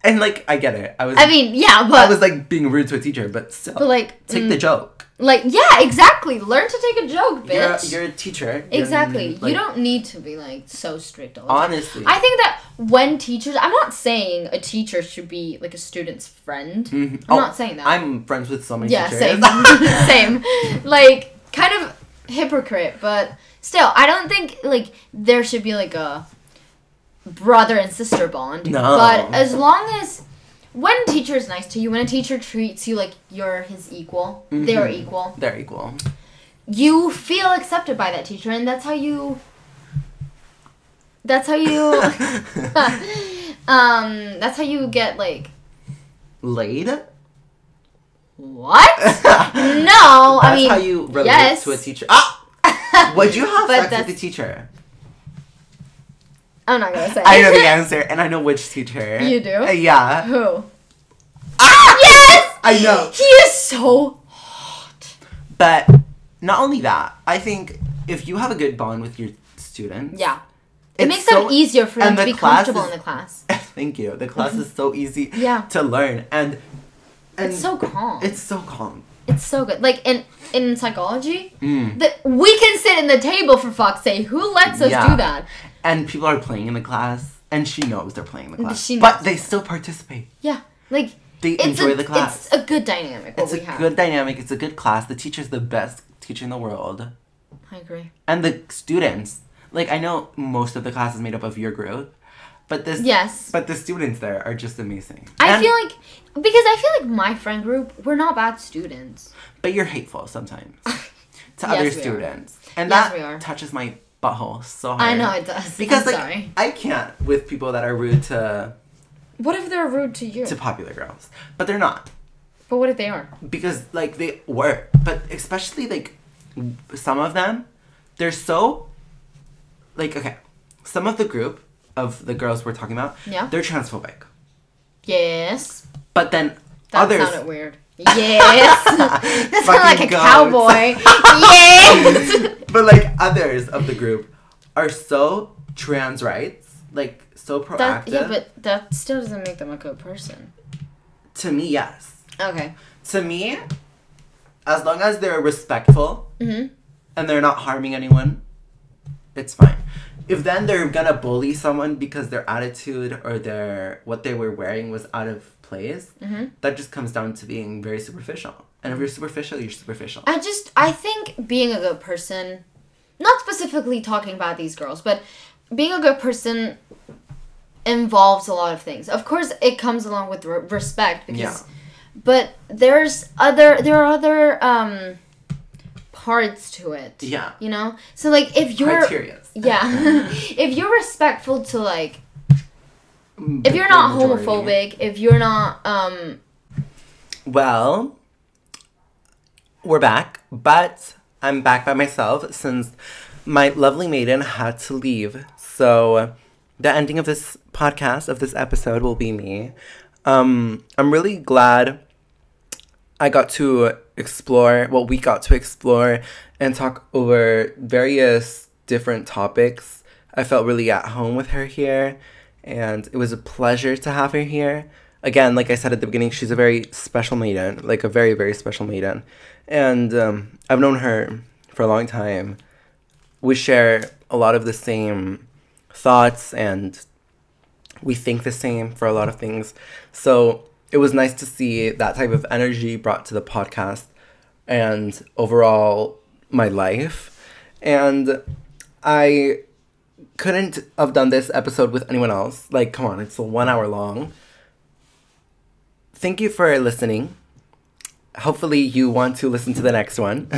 [SPEAKER 1] and like I get it. I was.
[SPEAKER 2] I mean, yeah,
[SPEAKER 1] I
[SPEAKER 2] but
[SPEAKER 1] was like being rude to a teacher, but still,
[SPEAKER 2] But, like, mm,
[SPEAKER 1] take the joke.
[SPEAKER 2] like, yeah, exactly. Learn to take a joke,
[SPEAKER 1] You're,
[SPEAKER 2] bitch.
[SPEAKER 1] you're a teacher. You're,
[SPEAKER 2] exactly.
[SPEAKER 1] like,
[SPEAKER 2] you don't need to be like so strict all the time.
[SPEAKER 1] Honestly.
[SPEAKER 2] I think that when teachers, I'm not saying a teacher should be like a student's friend.
[SPEAKER 1] Mhm. Oh,
[SPEAKER 2] I'm not saying that.
[SPEAKER 1] I'm friends with so many
[SPEAKER 2] yeah,
[SPEAKER 1] teachers.
[SPEAKER 2] same, <laughs> same. Like kind of hypocrite, but still, I don't think like there should be like a brother and sister bond.
[SPEAKER 1] No.
[SPEAKER 2] But as long as when a teacher is nice to you, when a teacher treats you like you're his equal, they are
[SPEAKER 1] Mm-hmm.
[SPEAKER 2] equal.
[SPEAKER 1] <laughs> They're
[SPEAKER 2] <laughs>
[SPEAKER 1] equal. <laughs>
[SPEAKER 2] You feel accepted by that teacher, and that's how you. That's how
[SPEAKER 1] <laughs>
[SPEAKER 2] you. um. That's how you get like
[SPEAKER 1] Laid? <laughs>
[SPEAKER 2] what?
[SPEAKER 1] no.
[SPEAKER 2] No,
[SPEAKER 1] That's
[SPEAKER 2] I mean
[SPEAKER 1] how you relate
[SPEAKER 2] yes.
[SPEAKER 1] to a teacher. Ah! Would you have
[SPEAKER 2] <laughs> But
[SPEAKER 1] sex
[SPEAKER 2] that's-
[SPEAKER 1] with a teacher?
[SPEAKER 2] I'm not gonna say.
[SPEAKER 1] I know the answer, and I know which teacher.
[SPEAKER 2] You do?
[SPEAKER 1] Uh, yeah.
[SPEAKER 2] <laughs> Who?
[SPEAKER 1] Ah!
[SPEAKER 2] Yes!
[SPEAKER 1] I know.
[SPEAKER 2] He is so hot.
[SPEAKER 1] But not only that, I think if you have a good bond with your students,
[SPEAKER 2] Yeah. It
[SPEAKER 1] It's
[SPEAKER 2] makes
[SPEAKER 1] so-
[SPEAKER 2] them easier for them
[SPEAKER 1] and
[SPEAKER 2] to
[SPEAKER 1] the
[SPEAKER 2] be
[SPEAKER 1] class
[SPEAKER 2] comfortable
[SPEAKER 1] is-
[SPEAKER 2] in the class.
[SPEAKER 1] <laughs> Thank you. The class is so easy
[SPEAKER 2] Yeah.
[SPEAKER 1] to learn, and and
[SPEAKER 2] It's so calm.
[SPEAKER 1] it's so calm.
[SPEAKER 2] It's so good. Like in in psychology,
[SPEAKER 1] Mm.
[SPEAKER 2] that we can sit in the table for fuck's sake. Who lets us
[SPEAKER 1] Yeah.
[SPEAKER 2] do that?
[SPEAKER 1] And people are playing in the class, and she knows they're playing in the class,
[SPEAKER 2] She
[SPEAKER 1] but
[SPEAKER 2] knows.
[SPEAKER 1] they still participate.
[SPEAKER 2] Yeah. Like
[SPEAKER 1] They
[SPEAKER 2] it's
[SPEAKER 1] enjoy
[SPEAKER 2] a,
[SPEAKER 1] the class.
[SPEAKER 2] It's a good dynamic what
[SPEAKER 1] It's
[SPEAKER 2] we
[SPEAKER 1] a
[SPEAKER 2] have.
[SPEAKER 1] good dynamic. It's a good class. The teacher's the best teacher in the world.
[SPEAKER 2] I agree.
[SPEAKER 1] And the students, like I know most of the class is made up of your group, but this
[SPEAKER 2] Yes.
[SPEAKER 1] but the students there are just amazing.
[SPEAKER 2] I
[SPEAKER 1] And-
[SPEAKER 2] feel like because I feel like my friend group, we're not bad students.
[SPEAKER 1] but you're hateful
[SPEAKER 2] <laughs>
[SPEAKER 1] sometimes to
[SPEAKER 2] Yes,
[SPEAKER 1] other
[SPEAKER 2] we are.
[SPEAKER 1] students. And
[SPEAKER 2] Yes,
[SPEAKER 1] that
[SPEAKER 2] we are.
[SPEAKER 1] touches my butthole so hard.
[SPEAKER 2] I know it does.
[SPEAKER 1] Because
[SPEAKER 2] I'm
[SPEAKER 1] like
[SPEAKER 2] sorry.
[SPEAKER 1] I can't with people that are rude to
[SPEAKER 2] What if they're rude to you?
[SPEAKER 1] to popular girls. But they're not.
[SPEAKER 2] but what if they are?
[SPEAKER 1] because like they were but especially like w- some of them they're so like okay some of the group of the girls we're talking about
[SPEAKER 2] Yeah.
[SPEAKER 1] they're transphobic
[SPEAKER 2] Yes.
[SPEAKER 1] but then
[SPEAKER 2] That
[SPEAKER 1] others
[SPEAKER 2] sounded weird.
[SPEAKER 1] <laughs>
[SPEAKER 2] Yes. that sounded like a
[SPEAKER 1] Fucking goats.
[SPEAKER 2] cowboy.
[SPEAKER 1] <laughs>
[SPEAKER 2] yes.
[SPEAKER 1] but like others of the group are so trans rights like so proactive
[SPEAKER 2] That, yeah, but that still doesn't make them a good person.
[SPEAKER 1] to me yes
[SPEAKER 2] Okay.
[SPEAKER 1] to me as long as they're respectful
[SPEAKER 2] Mm-hmm.
[SPEAKER 1] and they're not harming anyone, it's fine. If then they're gonna bully someone because their attitude or their what they were wearing was out of place,
[SPEAKER 2] Mhm.
[SPEAKER 1] that just comes down to being very superficial. And if you're superficial, you're superficial.
[SPEAKER 2] I just, I think being a good person, not specifically talking about these girls, but being a good person involves a lot of things. Of course, it comes along with re- respect because
[SPEAKER 1] Yeah.
[SPEAKER 2] but there's other there are other um parts to it
[SPEAKER 1] Yeah.
[SPEAKER 2] you know so like if you're
[SPEAKER 1] Criteria.
[SPEAKER 2] yeah <laughs> if you're respectful to like if you're not homophobic if you're not um
[SPEAKER 1] Well, we're back, but I'm back by myself since my lovely maiden had to leave. So the ending of this podcast of this episode will be me. Um, I'm really glad I got to explore well, we got to explore and talk over various different topics. I felt really at home with her here, and it was a pleasure to have her here. Again, like I said at the beginning, she's a very special maiden, like a very, very special maiden. And um, I've known her for a long time. We share a lot of the same thoughts and we think the same for a lot of things. So it was nice to see that type of energy brought to the podcast and overall my life. And I couldn't have done this episode with anyone else. Like, come on, it's one hour long. Thank you for listening. Hopefully, you want to listen to the next one,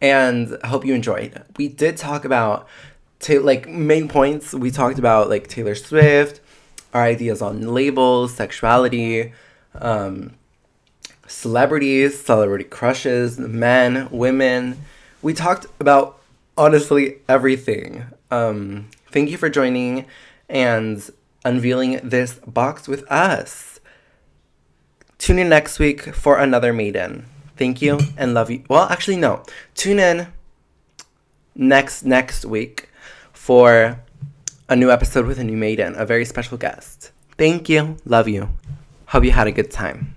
[SPEAKER 1] and I hope you enjoyed. We did talk about, ta- like, main points. We talked about like Taylor Swift, our ideas on labels, sexuality, um, celebrities, celebrity crushes, men, women. We talked about honestly everything. Um, thank you for joining and unveiling this box with us. Tune in next week for another maiden. Thank you and love you. Well, actually, no. Tune in next next week for a new episode with a new maiden, a very special guest. Thank you. Love you. Hope you had a good time.